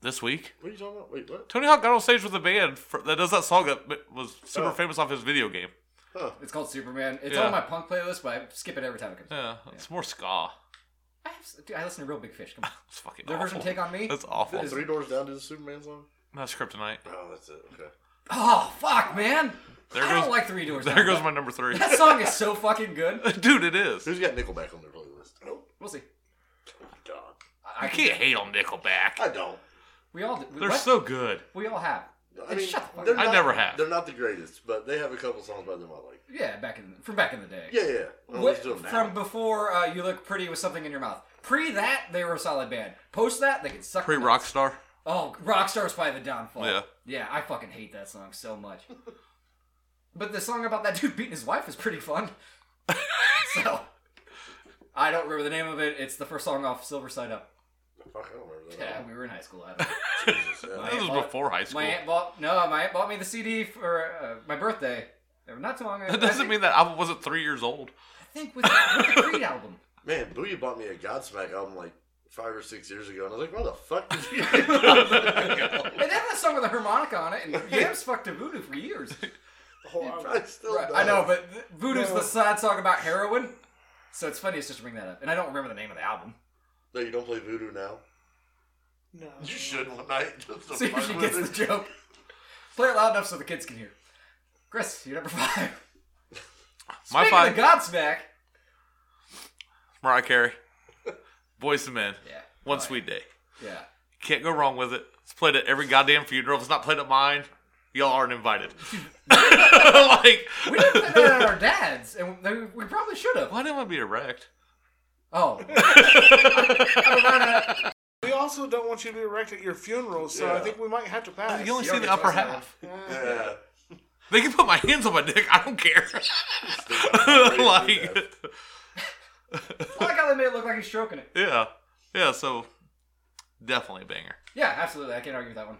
C: this week?
E: What are you talking about? Wait, what?
C: Tony Hawk got on stage with a band for, that does that song that b- was super
B: Uh.
E: Oh.
C: famous off his video game.
E: Huh.
B: It's called Superman. It's
C: Yeah.
B: on my punk playlist, but I skip it every time it comes.
C: Yeah, it's more ska.
B: I, have, dude, I listen to Real Big Fish. Come on.
C: It's fucking
B: Their
C: awful.
B: version
C: *laughs*
B: of Take on Me.
C: That's awful.
E: Three Doors Down to the Superman song?
C: That's kryptonite.
E: Oh, that's it. Okay.
B: Oh fuck, man!
C: There
B: I
C: goes
B: don't like Three Doors.
C: *laughs* there
B: Down,
C: goes
B: but
C: my number three.
B: That song is so fucking good.
C: *laughs* Dude, it is. You
E: Who's got Nickelback on their playlist? Nope.
B: We'll see.
E: Dog.
B: I, I
C: can't hate on Nickelback.
E: I don't.
B: We all. do- We,
C: They're
B: what?
C: so good.
B: we all have.
E: I mean,
B: shut the fuck
E: they're
B: up.
C: I
E: not-
C: never have.
E: They're not the greatest, but they have a couple songs by them I like.
B: Yeah, back in from back in the day.
E: Yeah, yeah.
B: What,
E: Well, let's do 'em now.
B: from before uh, you look pretty with something in your mouth. Pre that, they were a solid band. Post that, they can suck.
C: Pre
B: nuts.
C: Rockstar.
B: Oh, Rockstar's probably the downfall.
C: Yeah.
B: Yeah, I fucking hate that song so much. *laughs* but the song about that dude beating his wife is pretty
C: *laughs*
B: fun. so, I don't remember the name of it. It's the first song off Silver Side Up.
E: Fuck, I don't remember that.
B: Yeah, we were in high school. I don't know.
E: Jesus, yeah.
B: My
C: This
B: aunt
C: was
B: bought-
C: before high school.
B: My aunt bought no. My aunt bought me the CD for uh, my birthday. Uh, Not too long. ago.
C: *laughs* *laughs* That
B: I think-
C: doesn't mean that I wasn't three years old.
B: I think with, with the Creed album.
E: Man, Booyah bought me a Godsmack album like five or six years ago, and I was like, "Why the fuck did *laughs* you?" get Godsmack?"
B: And then that song with a harmonica on it, and
C: *laughs*
B: Yams fucked a voodoo for years.
E: *laughs* He probably still
B: Right,
E: does.
B: I know, but th- voodoo's
D: No.
B: the sad song about heroin. So it's funny it's just to bring that up. And I don't remember the name of the album.
E: no, you don't play Voodoo now.
D: No.
E: You should one night. Just to
B: See if
E: fuck
B: she
E: with
B: gets
E: it. *laughs*
B: the joke. Play it loud enough so the kids can hear. Chris, you're number five.
C: My
B: Speaking
C: five,
B: of Godsmack. *laughs*
C: Mariah Carey, Boys and Men,
B: Yeah.
C: One
B: Oh,
C: Sweet Day.
B: Yeah.
C: Can't go wrong with it. It's played at every goddamn funeral. If it's not played at mine, y'all
B: *laughs*
C: aren't invited. *laughs* like,
B: We didn't play that at our dad's, and they- we probably should have.
C: why didn't I be erect?
B: Oh. *laughs*
D: We also don't want you to be erect at your funeral, so I
E: Yeah.
D: think we might have to pass.
C: *laughs* You only
B: You
C: see
B: don't
C: the
B: get
C: upper
B: choice now.
C: half.
E: *laughs* Yeah.
C: They can put my hands on my dick. I don't care. *laughs* like,
B: I like how they made it look like he's stroking it.
C: yeah, yeah. So definitely a banger.
B: Yeah, absolutely. I can't argue with that one.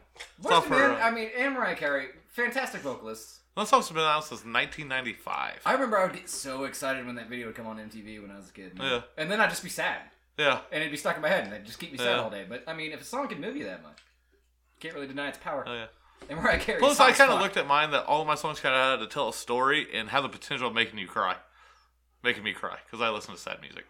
B: Boyz
C: Tough
B: II
C: for,
B: Men,
C: uh,
B: I mean, and Mariah Carey, fantastic vocalists.
C: That song's been out since 1995.
B: I remember I would get so excited when that video would come on MTV when I was a kid.
C: Yeah.
B: And then I'd just be sad.
C: yeah,
B: And it'd be stuck in my head and it'd just keep me sad
C: Yeah.
B: all day. But I mean, if a song can move you that much, can't really deny its power.
C: oh, yeah.
B: And Mariah Carey.
C: Plus, I kind of looked at mine that all of my songs kind of had to tell a story and have the potential of making you cry, making me cry because I listen to sad music.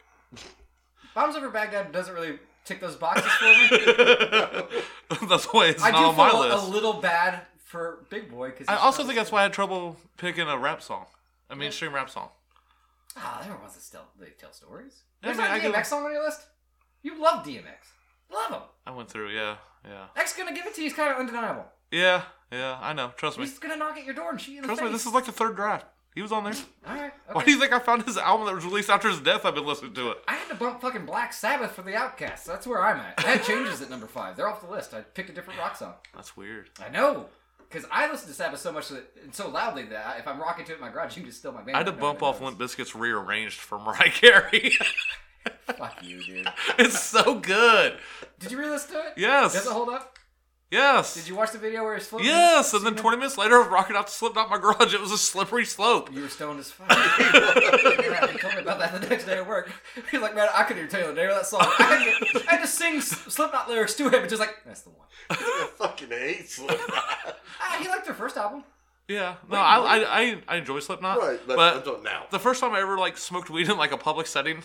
C: *laughs*
B: Bombs Over Baghdad doesn't really tick those boxes for
C: *laughs*
B: me.
C: that's why it's
B: I
C: not
B: do
C: on my
B: feel a- a
C: list.
B: little bad for Big Boy because
C: I also think that's why I had trouble picking a rap song, a mainstream rap song.
B: Ah, there were ones that tell they tell stories.
C: Yeah, I
B: There's
C: mean,
B: not
C: I
B: a
C: go-
B: DMX song on your list. You love DMX. Love him.
C: I went through, yeah, yeah,
B: X gonna give it to you. He's kind of undeniable.
C: yeah, yeah. I know. Trust me.
B: He's gonna knock at your door and shoot you in
C: Trust
B: the
C: me.
B: face.
C: This is like the third draft. He was on there.
B: All right. Okay.
C: Why do you think I found his album that was released after his death? I've been listening to it.
B: I had to bump fucking Black Sabbath for the Outcasts. That's where I'm at. That changes at number five. They're off the list. I picked a different rock song.
C: That's weird.
B: I know, because I listen to Sabbath so much that, and so loudly that I, if I'm rocking to it in my garage, you can just steal my band.
C: I had to
B: right now
C: bump
B: and I
C: off Limp
B: notice.
C: Bizkit's "Rearranged" for Mariah *laughs* Carey.
B: Fuck you, dude.
C: it's so good.
B: Did you re-listen to it?
C: Yes.
B: Does it hold up?
C: Yes.
B: Did you watch the video where he's floating?
C: Yes, and then 20 minutes later, I was rocking out to Slipknot in my garage. It was a slippery slope.
B: You were stoned as fuck. *laughs* yeah, he told me about that the next day at work. He's like, man, I couldn't even tell you the name of that song. I had to, I had to sing S- Slipknot lyrics to him, and just like, that's the one.
E: I fucking hate *laughs* Slipknot.
B: Ah, he liked their first album.
C: Yeah, no, I, I I I enjoy Slipknot,
E: right, but,
C: but
E: I'm talking now.
C: the first time I ever like smoked weed in like a public setting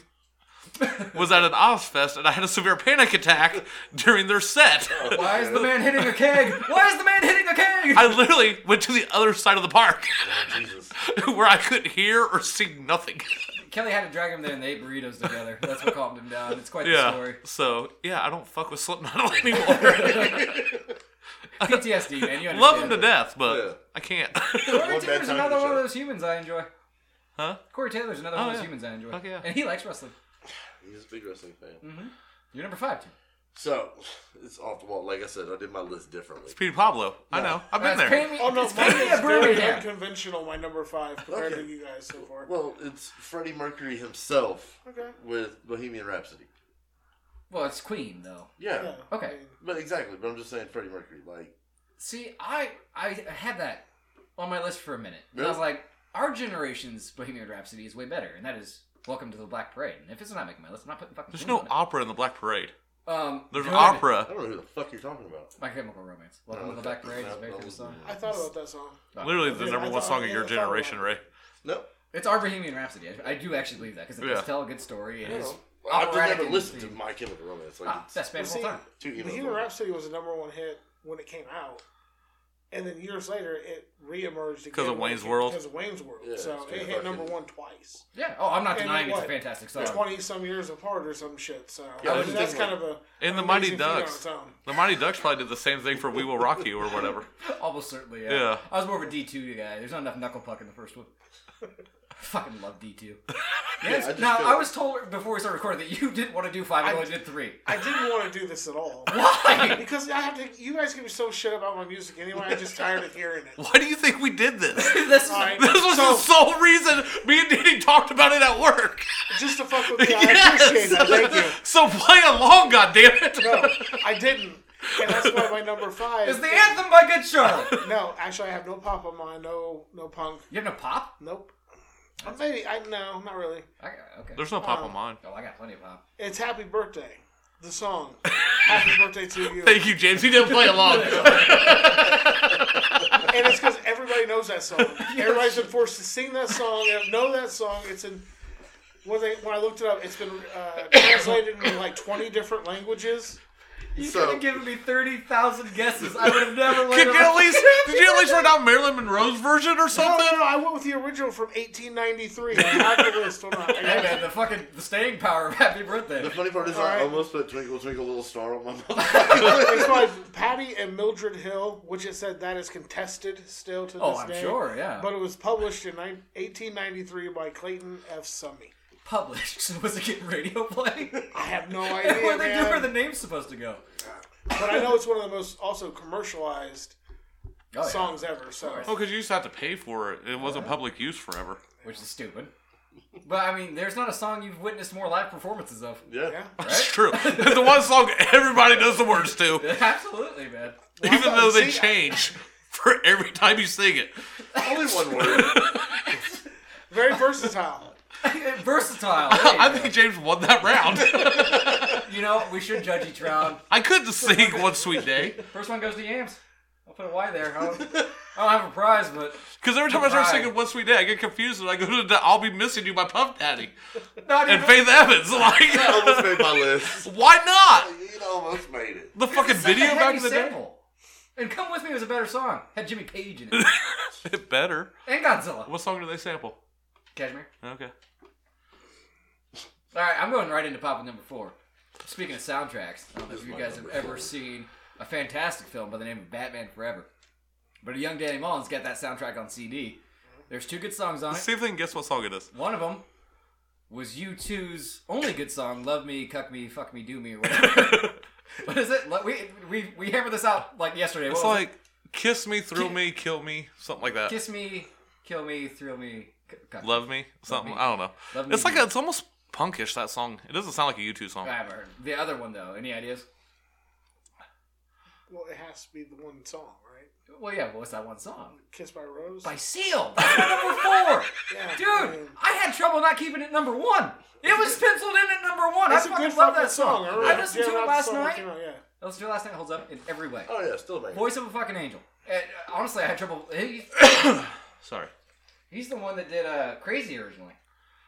C: was at an Ozfest, and I had a severe panic attack *laughs* during their set.
E: Oh.
B: Why is the man hitting a keg? Why is the man hitting a keg?
C: I literally went to the other side of the park *laughs*
E: Oh, Jesus.
C: where I couldn't hear or see nothing.
B: Kelly had to drag him there, and they ate burritos together. That's what calmed him down. It's quite the
C: Yeah,
B: story.
C: so yeah, I don't fuck with Slipknot *laughs*
D: *laughs*
C: anymore.
B: PTSD, man. You understand.
C: Love them to death, but
E: Yeah.
C: I can't. *laughs*
B: Corey
E: One bad
B: Taylor's
E: time
B: another
E: to
B: one of
E: show.
B: those humans I enjoy.
C: Huh? Oh,
B: Corey Taylor's another one of those
C: yeah.
B: humans I enjoy.
C: Fuck yeah.
B: And he likes wrestling.
E: He's a big wrestling fan.
B: You're number five, Tim.
E: So it's off the wall. Like I said, I did my list differently.
C: Pete Pablo, I know, I've been
B: That's
C: there.
B: Pay me,
D: Oh no,
B: it's
D: mine
B: pay me
D: is
B: a brewery
D: very
B: now.
D: unconventional. My number five compared to you guys so far.
E: Well, it's Freddie Mercury himself
D: Okay.
E: with Bohemian Rhapsody.
B: Well, it's Queen though.
E: Yeah.
D: Yeah.
B: Okay.
E: But exactly, but I'm just saying Freddie Mercury. Like,
B: See, I I had that on my list for a minute. And I
E: Really?
B: was like, our generation's Bohemian Rhapsody is way better, and that is Welcome to the Black Parade. And if it's not making my list, I'm not putting fucking.
C: There's
B: Queen
C: no
B: on it.
C: opera in the Black Parade.
B: Um,
C: There's
B: good.
C: an opera.
E: I don't know who the fuck you're talking about.
B: My Chemical Romance. Welcome to the Black
E: okay.
B: Parade is
E: That-
B: a very
E: that
B: good
E: was-
B: song.
D: I thought about that song.
C: Literally the
D: Yeah,
C: number
D: I
C: one
D: thought-
C: song of
D: yeah,
C: your
D: I thought about
C: generation,
D: it.
C: Ray.
E: Nope.
B: It's our Bohemian Rhapsody. I, I do actually believe that because it
C: Yeah.
B: does tell a good story. It
E: I
B: is
E: don't know. I just
B: operatic
E: never
B: and
E: listened to
B: themed.
E: My Chemical Romance. Like,
B: Ah,
E: it's
B: best band of
D: See,
B: all time.
E: two emails
D: The Human
E: over.
D: Rhapsody was the number one hit when it came out, and then years later it reemerged
C: of
D: again
C: Wayne's World?
D: Because of Wayne's World,
E: Yeah,
D: so
E: it's
D: it hit
E: fucking-
D: number one twice.
B: Yeah. Oh, I'm not
D: And
B: denying
D: then
B: it's a
D: what?
B: fantastic song.
D: Twenty some years apart or some shit. So
E: Yeah,
D: I mean,
E: it's
D: that's
E: different.
D: kind of a
C: And the
D: amazing
C: Mighty
D: feat
C: Ducks.
D: on its own.
C: The Mighty Ducks probably did the same thing for We Will Rock You or
D: *laughs*
C: whatever.
B: Almost certainly. Yeah.
C: Yeah.
B: I was more of a D two guy. There's not enough knuckle puck in the first one. *laughs* I fucking love D *laughs* two. Yes.
E: I just
B: now
E: feel-
B: I was told before we started recording that you didn't want to do five. I only did three.
D: I didn't want to do this at all
B: Why?
D: because I have to. You guys give me so shit about my music anyway. I'm just tired of hearing it.
C: Why do you think we did
D: *laughs*
C: this?
B: this is
D: All right,
C: This was the
D: so
C: sole reason me and Danny talked about it at work.
D: just to fuck with you.
C: *laughs*
D: I
C: Yes!
D: appreciate that. Thank you.
C: *laughs* So play along, goddammit.
D: No, I didn't, and that's why my number five
B: is the anthem by Good Charlotte. *laughs*
D: No, actually, I have no pop on mine. No, no punk.
B: You have no pop?
D: Nope. Uh, Maybe I no, not really.
B: I got, okay.
C: There's no pop on mine.
B: oh, I got plenty of pop.
D: It's "Happy Birthday," the song. Happy birthday to you.
C: Thank you, James. He didn't play along.
D: And it's because everybody knows that song. Everybody's been forced to sing that song and know that song. It's in when, they, when I looked it up, it's been uh, *coughs* translated into like twenty different languages.
B: You
E: So-
B: could have given me thirty thousand guesses. I would have *laughs* never.
C: Could
B: learned
C: you at
B: about-
C: least did you at least write down Marilyn Monroe's version or
D: No,
C: something?
D: no, no. I went with the original from 1893. I have the list. Hold on. I got
B: Hey
D: it.
B: man, the fucking the staying power of Happy Birthday.
E: The funny part is,
D: Alright.
E: I almost put "Twinkle Twinkle Little Star" on my *laughs*
D: It's
E: mouth.
D: by Patty and Mildred Hill, which it said that is contested still to this
B: Oh, I'm
D: day.
B: sure, yeah.
D: But it was published in nine- 1893 by Clayton F. Summy.
B: Published. *laughs* So was it getting radio *laughs* play?
D: I have *laughs* no idea,
B: Where they do
D: man.
B: where the name's supposed to go?
D: but I know it's one of the most also commercialized
B: Oh, yeah.
D: songs ever. So
C: Oh, because you used to have to pay for it. It wasn't public use forever.
B: which is stupid. But I mean, there's not a song you've witnessed more live performances of.
E: yeah.
D: yeah,
C: It's true. *laughs* It's the one song everybody knows the words to,
B: *laughs* Absolutely, man.
C: even though they
D: See, I-
C: change for every time you sing it.
E: Only one word.
D: very versatile.
B: *laughs* Versatile.
C: I
B: There you,
C: think James won that round. *laughs*
B: go. You know, we should judge each round.
C: I couldn't sing one sweet day
B: First one goes to Yams. I'll put a Y there. I don't, I don't have a prize, but
C: because every time I start
B: Right.
C: singing one sweet day, I get confused and I go to the "I'll Be Missing You" by Puff Daddy
B: not
C: and
B: even.
C: Faith Evans. *laughs* Like,
E: almost made my list.
C: why not?
E: It almost made it.
C: The fucking
B: Such a
C: video back
B: heavy
C: in the day.
B: sample. And "Come With Me" was a better song. Had Jimmy Page in
C: *laughs*
B: it
C: It better.
B: and Godzilla.
C: What song do they sample?
B: Cashmere.
C: Okay.
B: All right, I'm going right into pop with number four. Speaking of soundtracks, I don't know if
E: is
B: you
E: my
B: guys have
E: number
B: ever
E: four.
B: seen a fantastic film by the name of Batman Forever, but a young Danny Mullins got that soundtrack on CD. There's two good songs on
C: Let's
B: it.
C: see if they can guess what song it *laughs* is.
B: One of them was U2's only good song, "Love Me, Cuck Me, Fuck Me, Do Me" or
C: *laughs*
B: whatever. what is it? Like, We we we hammered this out like yesterday. What
C: It's
B: was it?
C: like uh, "Kiss Me, Thrill Me, Kill Me," something like that.
B: "Kiss Me, Kill Me, Thrill Me." C- Cuck
C: Love me, something.
B: Me.
C: I don't know.
B: Love Me
C: it's like
B: Do.
C: a, it's almost punkish that song. It doesn't sound like a U2 song.
B: Me. I haven't heard the other one though. Any ideas?
D: Well, it has to be the one song, right?
B: Well, yeah. What was that one song?
D: "Kiss by Rose."
B: by Seal. That's my number four.
D: *laughs* Yeah, I
B: Dude,
D: mean-
B: I had trouble not keeping it number one. It was penciled in at number one.
D: It's
B: I
D: a
B: fucking
D: good
B: love
D: fucking
B: that song.
D: all right.
B: I listened to
D: Yeah,
B: it
D: that's
B: last
D: the song that
B: night.
D: came out, yeah.
B: I listened to it last night. Holds up in every way.
E: Oh yeah, still made it.
B: Voice of a fucking angel. And, uh, honestly, I had trouble. He,
C: Sorry.
B: he's the one that did uh, Crazy originally,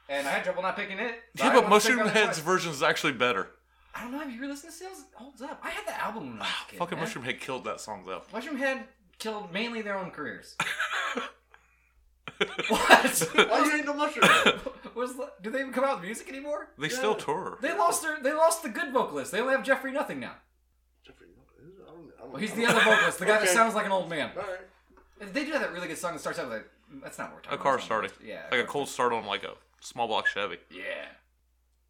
B: and I had trouble not picking it.
C: Yeah,
B: I wanted to pick
C: but Mushroom
B: on it
C: Head's
B: twice.
C: version is actually better.
B: I don't know. Have you ever listened to Seals? Holds up. I had that album when I was a kid.
C: Fucking
B: man.
C: Mushroom Head killed that song though.
B: Mushroom Head killed mainly their own
C: *laughs*
B: careers. *laughs* what? *laughs*
E: Why Oh, you ain't no mushroom?
B: Was the, do they even come out with music anymore?
C: They still tour.
B: They lost their they lost the good vocalist. They only have Jeffrey Nothing now.
E: Jeffrey, no, I don't- I don't-
B: Well, he's
E: I
B: the
E: don't-
B: other vocalist, the guy that
E: Okay.
B: sounds like an old man.
E: All right.
B: They do have that really good song that starts out with like that's not what we're talking
C: A car
B: about.
C: starting.
B: Yeah.
C: Like a
B: car-
C: cold start on like a small block *laughs* Chevy.
B: Yeah.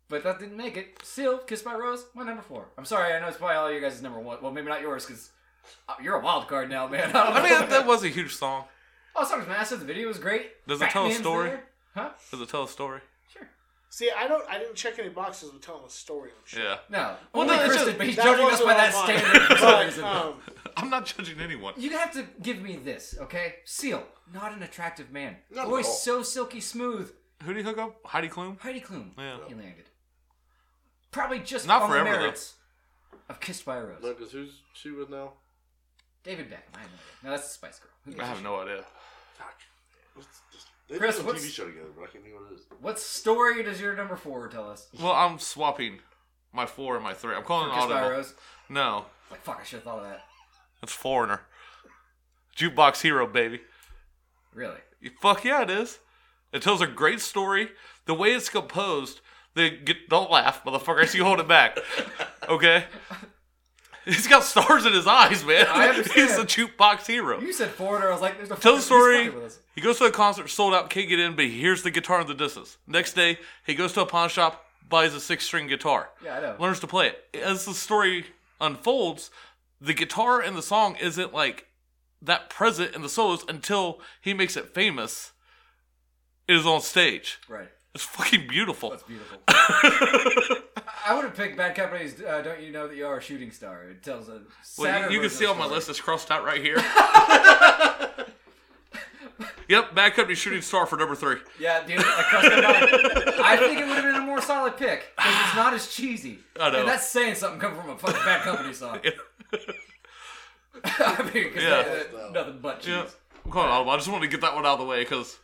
B: But that didn't make it. Still, Kiss by Rose, my number four. I'm sorry, I know it's probably all you guys' number one. Well, maybe not yours, because you're a wild card now, man. *laughs* I don't know.
C: I mean, that, that was a huge song.
B: oh, the song's massive. The video was great.
C: Does it tell a
B: Batman's
C: story?
B: there. Huh?
C: Does it tell a story?
B: Sure.
D: See, I don't. I didn't check any boxes with telling a story. on shit.
C: Yeah. *laughs*
B: No.
C: Well,
B: Only
C: no, it's
B: Kristen,
C: just-
B: but he's
D: That
B: judging us
D: wasn't
B: by that
D: on mine.
B: standard
D: *laughs*
B: for some
D: But,
B: reason.
D: um,
C: I'm not judging anyone.
B: You have to give me this, okay? Seal, not an attractive man.
E: Not at
B: Voice
E: all.
B: so silky smooth.
C: Who do you hook up? Heidi Klum?
B: Heidi Klum.
C: Yeah.
B: He landed. Probably just
C: Not
B: on
C: forever,
B: the
C: though.
B: merits of Kissed by a Rose.
E: No, because who's she with now?
B: David Beckham. I have no idea. No, that's the Spice Girl. Who gives
C: I
B: a
C: have
B: shit?
C: no idea.
E: Fuck. What's this- They
B: Chris,
E: Chris, did a
B: what's-
E: TV show together, but I can't think what it is.
B: What story does your number four tell us?
C: Well, I'm swapping my four and my three. I'm calling it
B: Kissed by a
C: audible.
B: Rose.
C: No,
B: Like fuck, I should have thought of that.
C: it's foreigner. Jukebox Hero, baby.
B: Really?
C: Fuck yeah, it is. It tells a great story. The way it's composed, they get, don't laugh, motherfucker. I see you hold
B: *laughs*
C: it back. Okay? He's got stars in his eyes, man. *laughs*
B: I understand.
C: He's a jukebox hero.
B: You said foreigner. I was like, there's no.
C: Tell the
B: He's
C: story.
B: fucking with us.
C: He goes to a concert, sold out, can't get in, but he hears the guitar in the distance. Next day, he goes to a pawn shop, buys a six string guitar,
B: Yeah, I know.
C: learns to play it. As the story unfolds, the guitar in the song isn't like that present in the solos until he makes it famous. It is on stage.
B: Right.
C: It's fucking beautiful.
B: That's
C: *laughs*
B: beautiful. I would have picked Bad Company's uh, "Don't You Know That You Are a Shooting Star." It tells a.
C: Well,
B: sadder
C: you, you can
B: version
C: see
B: of
C: on
B: the
C: my
B: story.
C: list it's crossed out
B: *laughs*
C: right here. yep, Bad Company Shooting Star for number three.
B: Yeah, dude, I crossed it out.
C: *laughs*
B: I think it would have been a more solid pick because it's not as cheesy.
C: I know.
B: And that's saying something coming from a fucking Bad Company
C: *laughs*
B: song. *laughs* I mean, 'cause
C: Yeah.
B: they- they- nothing but cheese.
C: Yeah. I'm calling audible. I just wanted to get that one out of the way because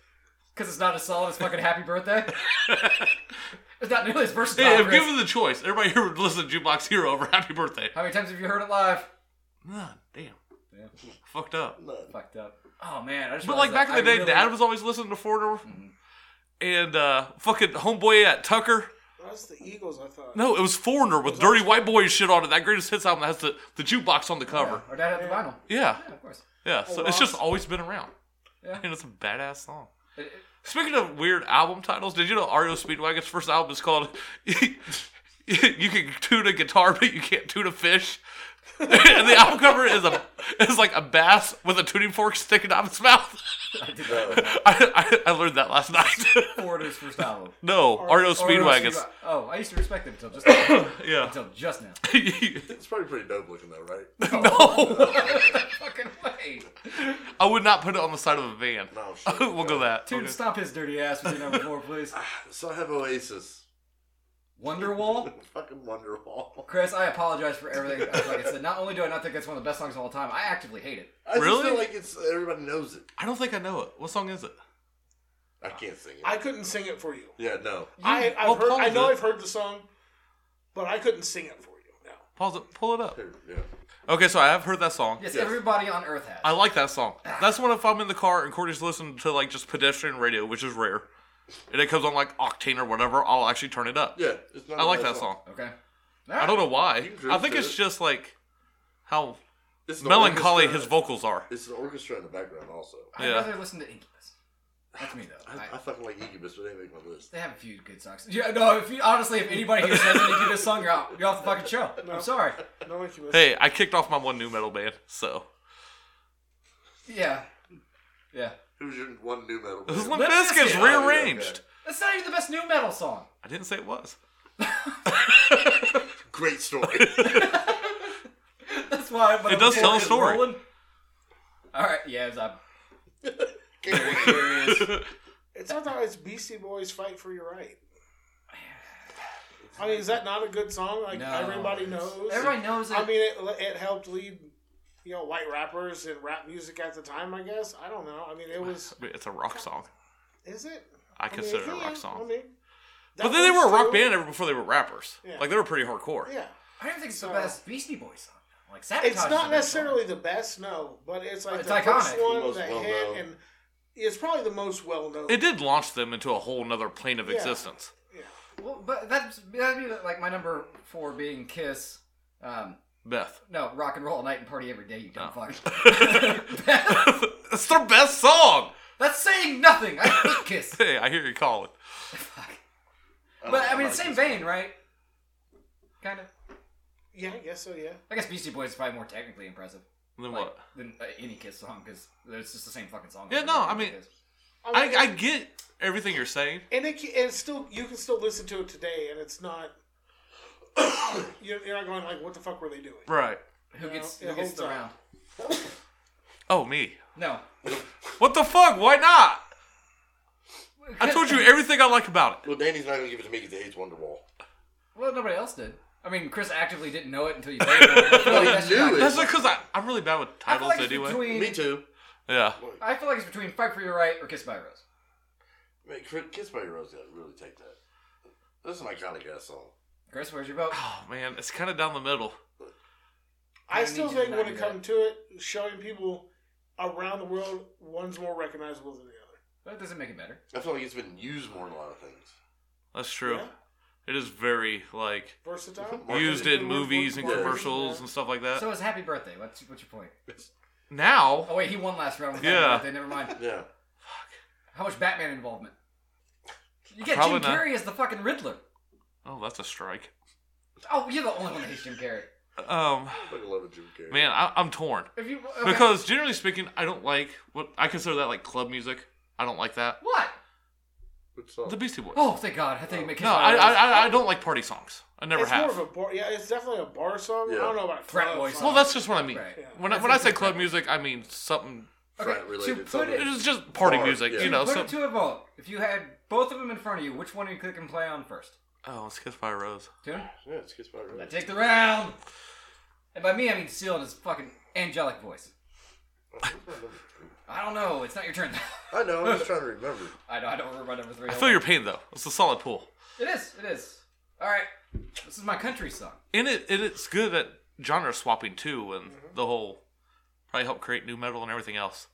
B: Because it's not as solid as fucking Happy
C: *laughs*
B: Birthday. *laughs* it's not nearly as versatile.
C: hey, if
B: Chris.
C: given the choice, everybody here would listen to Jukebox Hero over Happy Birthday.
B: How many times have you heard it live?
C: Ah, damn.
B: Yeah.
C: Fucked up.
B: Fucked up. Oh man, I just
C: But like back
B: realized
C: in the
B: that I
C: day,
B: really-
C: Dad was always listening to Foreigner. And uh, fucking homeboy at Tucker.
D: That's the Eagles, I thought.
C: No, it was Foreigner with Dirty White Boy shit on it. That greatest hits album that has the, the jukebox on the cover.
B: Our dad had the vinyl.
C: Yeah.
B: Yeah, of course.
C: Yeah. So it's just always been around.
B: Yeah.
C: And it's a badass song.
B: It- it-
C: Speaking of weird album titles, did you know REO Speedwagon's first album is called *laughs* "You Can Tune a Guitar, but You Can't Tune a Fish"? and the album cover is a is like a bass with a tuning fork sticking out of its mouth. *laughs* I, I, I learned that last night. *laughs*
B: Foreigner's first album.
C: no, REO
B: Or it was
C: Speedwagon's.
B: Speedwa- Oh, I used to respect them until just now.
C: *coughs* Yeah.
B: until just
C: *laughs*
B: now.
E: It's probably pretty dope looking though, right?
C: no,
B: fucking way.
C: Oh, I would not put it on the side of a van.
E: No,
C: *laughs*
E: shit.
C: we'll go that.
B: Dude,
C: Okay.
B: stop his dirty ass with your number four,
C: *laughs*
B: please.
E: So I have Oasis. *laughs*
B: Wonderwall?
E: Fucking Wonderwall.
B: Chris, I apologize for everything. I fucking said, not only do I not think that's one of the best songs of all time, I actively hate it.
E: I just
C: Really?
E: feel like it's everybody knows it.
C: I don't think I know it. What song is it?
E: I can't sing it.
D: I couldn't sing it for you.
E: yeah, no.
D: I, I've
C: well,
D: heard, I
C: pause
D: know
C: it.
D: I've heard the song, but I couldn't sing it for you. No.
C: Pause it. Pull it up.
E: Here, Yeah.
C: Okay, so I have heard that song.
B: Yes,
E: Yes.
B: everybody on earth has.
C: I like that song. That's when if I'm in the car and Courtney's listening to like just pedestrian radio, which is rare, and it comes on like Octane or whatever, I'll actually turn it up.
E: Yeah. It's not
C: I
E: a
C: like
E: bad
C: that song.
B: okay.
C: I don't know
E: You
C: why.
E: can drift
C: I think
E: to
C: it's
E: it.
C: just like how
E: It's the
C: melancholy his
E: orchestra-
C: vocals are.
E: It's the orchestra in the background also.
B: I'd
C: Yeah.
B: rather listen to Incubus. That's me,
C: *sighs*
B: though.
E: I,
B: I,
E: I fucking like Incubus, but they make my list.
B: they have a few good songs. Yeah, no, if you, honestly, if anybody here says an Incubus song, you're out. You're off the fucking
C: *laughs*
B: show. I'm sorry.
D: No one can
C: Hey, I kicked off my one new metal band, so
B: Yeah. Yeah.
E: Who's your one new metal?
C: this is
E: band?
C: Limp
B: Bizkit.
C: Bizkit's
B: Oh,
E: yeah, okay.
C: rearranged.
B: That's not even the best new metal song.
C: I didn't say it was.
E: Great
C: *laughs*
E: story. Oh
B: That's why. But
C: It does
B: I'm
C: tell a
B: fucking
C: story.
B: rolling. All right. Yeah, it's up.
D: It's not that it's Beastie Boys Fight for Your
C: *sighs*
D: Right. I mean, is that not a good song? Like,
B: No.
D: everybody knows.
B: Everybody knows it.
D: I mean, it, it helped lead, you know, white rappers and rap music at the time, I guess. I don't know. I mean, it was.
C: I mean, it's a rock song.
D: Is it?
C: I
D: mean,
C: consider it a
D: yeah,
C: rock song.
D: I mean, that
C: But then they were a
D: was
C: rock
D: true.
C: band ever before they were rappers.
D: Yeah.
C: Like they were pretty hardcore.
D: Yeah.
B: I don't think it's
D: So-
B: the best Beastie Boys song. Like sabotage.
D: It's
B: is
D: not
B: the best
D: necessarily the best, no, but it's like
B: It's
D: the
B: iconic.
D: first
B: The
D: one
E: most
D: that
E: well
D: hit,
E: known.
D: and it's probably the most well known.
C: It did launch them into a whole nother plane of
D: Yeah.
C: existence.
B: Song. Well, but that's that'd be like my number four being Kiss. Um,
C: Beth.
B: no, rock and roll all night and party every day. You dumb
C: Oh.
B: fuck. *laughs*
C: *laughs* That's their best song.
B: that's saying nothing. I hate
C: *laughs*
B: Kiss.
C: Hey, I hear you calling.
B: But I mean, same vein, right? Kind of.
D: Yeah, I guess so. Yeah.
B: I guess Beastie Boys is probably more technically impressive
C: Then
B: like,
C: what?
B: than uh, any Kiss song because it's just the same fucking song.
C: Yeah,
B: over
C: no,
B: and
C: I
B: over
C: mean-
B: Kiss.
D: I
C: I,
D: mean,
C: I get everything you're saying.
D: and it, ca- and it's still you can still listen to it today, and it's not. *coughs* you're, you're not going like, what the fuck were they doing?
C: Right.
B: who gets
D: it
B: who gets
D: holds
B: the
D: up.
B: round?
C: Oh, me.
B: No,
C: What the fuck? Why not? I told
B: *laughs*
C: you everything I like about it.
E: Well, Danny's not gonna give it to me because he hates Wonderwall.
B: Well, nobody else did. I mean, Chris actively didn't know it
C: *laughs*
B: until you. played it. I feel like that's
E: knew
B: not-
E: it.
C: That's because I, I'm really bad with
B: I feel
C: titles
B: like it's
C: anyway.
B: between.
E: Me too.
C: yeah.
B: I feel like it's between "Fight for Your Right" or "Kiss by a Rose."
E: Man, Cri- Kiss by Your Rose got really take that. That's an iconic ass song.
B: Chris, where's your vote?
C: Oh, man. It's kind of down the middle.
D: I
B: I
D: still
B: need you to
D: think when
B: not
D: it
B: do that.
D: comes to it, showing people around the world, one's more recognizable than the other.
B: That doesn't make it better.
E: I feel like it's been used more in a lot of things.
C: That's true.
D: Yeah.
C: It is very like
E: *laughs*
D: Versatile.
E: Marketing.
C: used in movies and
E: Yeah.
C: commercials and stuff like that.
B: So it's happy birthday. What's what's your point?
C: now,
B: Oh wait, he won last round. With
C: Yeah.
B: yeah. Birthday. Never mind.
E: Yeah.
B: How much Batman involvement? You get
C: Probably
B: Jim
C: not.
B: Carrey as the fucking Riddler.
C: oh, that's a strike.
B: Oh, you're the only one that hates Jim Carrey.
C: Um,
E: I fucking love a Jim Carrey.
C: man, I, I'm torn
B: If you okay.
C: because generally speaking, I don't like what I consider that like club music. I don't like that.
B: what?
E: Good song.
C: The Beastie Boys.
B: Oh, thank God! I think you make his
C: no, I, I I- I don't like party songs. I never
D: it's
C: have.
D: more of a bar. Yeah, it's definitely a bar song. I
E: Yeah.
D: don't know about
B: Frat
D: club
B: boy
D: song.
B: song.
C: well, that's just what I mean.
B: Right.
D: Yeah.
C: When I, when I say club music, I mean something.
E: Frat related
B: to put
E: something.
B: it,
C: It's just party
E: Bar,
C: music,
E: yeah.
C: you know.
B: put
C: So,
B: it to a vote. If you had both of them in front of you, which one do you click and play on first?
C: oh, it's Kiss by a Rose.
B: Tune.
E: Yeah, it's Kiss by a
B: I
E: Rose.
B: take the round. And by me, I mean Seal in his fucking angelic voice. I don't know. It's not your turn. *laughs*
E: I know, I'm just trying to remember.
B: I know. I don't remember my number three.
C: I feel your pain though. It's a solid pull.
B: It is. It is. All right. This is my country song.
C: And it and it's good at genre swapping too, and the whole probably help create new metal and everything else.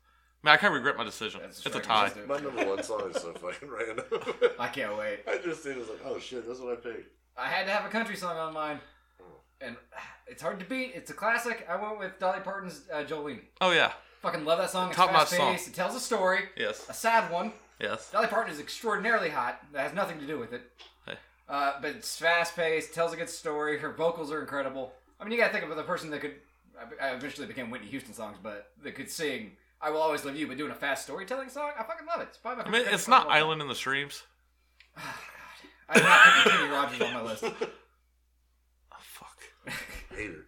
C: Man, I kind of regret my decision.
B: That's
C: it's a
B: right,
C: tie.
B: let's do it.
E: My number one song is so fucking random. *laughs*
B: I can't wait.
E: I just did it was like, oh shit, that's what I picked.
B: I had to have a country song on mine, and it's hard to beat. It's a classic. I went with Dolly Parton's uh, Jolene.
C: Oh yeah,
B: Fucking love that song. It's
C: Top notch
B: fast paced. It tells a story.
C: yes,
B: A sad one.
C: yes.
B: Dolly Parton is extraordinarily hot. That has nothing to do with it.
C: Hey.
B: Uh, but it's fast paced, tells a good story. Her vocals are incredible. I mean, you gotta think of the person that could. I- I eventually became Whitney Houston songs, but that could sing "I Will Always Love You," but doing a fast storytelling song. I fucking love it. It's probably my
C: I mean,
B: favorite
C: it's
B: song of
C: not
B: all time.
C: Island in the Streams.
B: I did not put Kenny Rogers on my
C: *laughs*
B: list.
C: Oh, fuck,
E: Hater.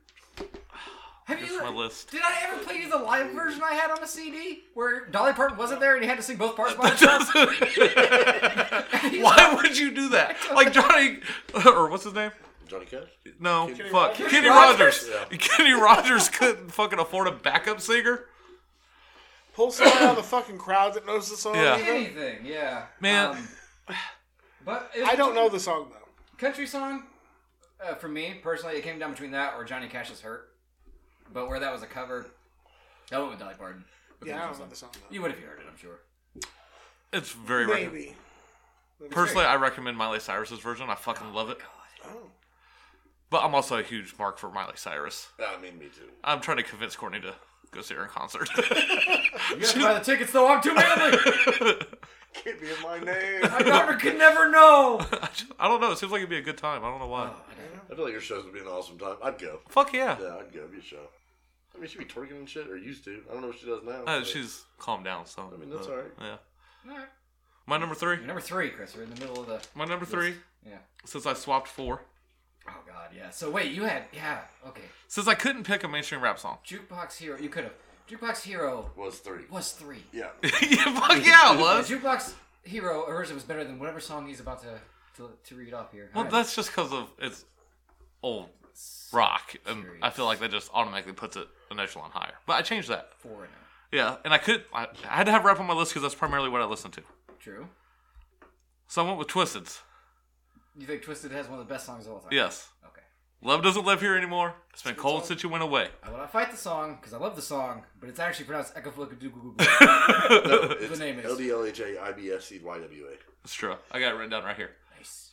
B: Have
C: it's
B: you?
C: my list.
B: Did I ever play you the live version I had on the CD where Dolly Parton wasn't there and you had to sing both
C: *laughs*
B: parts by itself? *laughs*
C: Why would you do that? Like Johnny, or what's his name?
E: Johnny Cash?
C: No,
E: Kenny
C: fuck,
E: Rogers?
C: Kenny Rogers. Kenny Rogers couldn't fucking afford a backup singer.
D: Pull someone out of the fucking crowd that knows the song.
C: Yeah.
D: even.
B: Anything, yeah, Um,
C: Man.
B: but
D: I don't know the song though.
B: country song. Uh, for me personally, it came down between that or Johnny Cash's "Hurt," but where that was a cover, I went with Dolly Parton.
D: Yeah, I don't know the song though.
B: You would have heard it, I'm sure.
C: It's very recommend-
D: Maybe.
C: Personally, I recommend Miley Cyrus's version. I fucking love it.
D: Oh.
C: But I'm also a huge mark for Miley Cyrus.
E: Nah, I mean, me too.
C: I'm trying to convince Courtney to go see her in concert. *laughs*
B: You have to buy the tickets though. I'm too manly.
E: Can't be in my
B: *laughs*
E: name.
B: My daughter could never
C: *laughs*
B: know.
C: I just- I don't know. It seems like it'd be a good time. Oh, I don't know why.
B: Oh.
E: I feel like your shows would be an awesome time. I'd go.
C: Fuck yeah.
E: Yeah, I'd go. It'd be a show. I mean, she'd be twerking and shit, or used to. I don't know what she does now.
C: Uh,
E: but-
C: she's calmed down, so.
E: I mean, that's
C: uh,
E: alright.
C: Yeah.
B: Alright.
C: My number three.
B: Number three, Chris. We're in the middle of the.
C: My number three.
B: Yeah.
C: Since I swapped four.
B: Oh God, yeah. So wait, you had yeah. Okay,
C: Since I couldn't pick a mainstream rap song. *laughs*
B: jukebox hero. You could have jukebox hero
E: was three.
B: was three.
E: Yeah.
C: yeah, fuck yeah, it
B: The
C: was.
B: jukebox hero originally was better than whatever song he's about to to, to read off here.
C: Well,
B: Alright.
C: that's just because of it's old rock, and I feel
B: Serious.
C: like that just automatically puts it an echelon higher. But I changed that.
B: four now.
C: Yeah, and I could. I, I had to have rap on my list because that's primarily what I listen to.
B: True.
C: So I went with Twisted's.
B: You think Twisted has one of the best songs of all time?
C: Yes.
B: Okay.
C: Love doesn't live here anymore. It's been cold since you went away.
B: I will not fight the song because I love the song, but it's actually pronounced Echo
C: *laughs*
E: No, it's
B: name is-
E: E LDLHAIBFCYWA.
C: It's true. I got it written down right here. *laughs*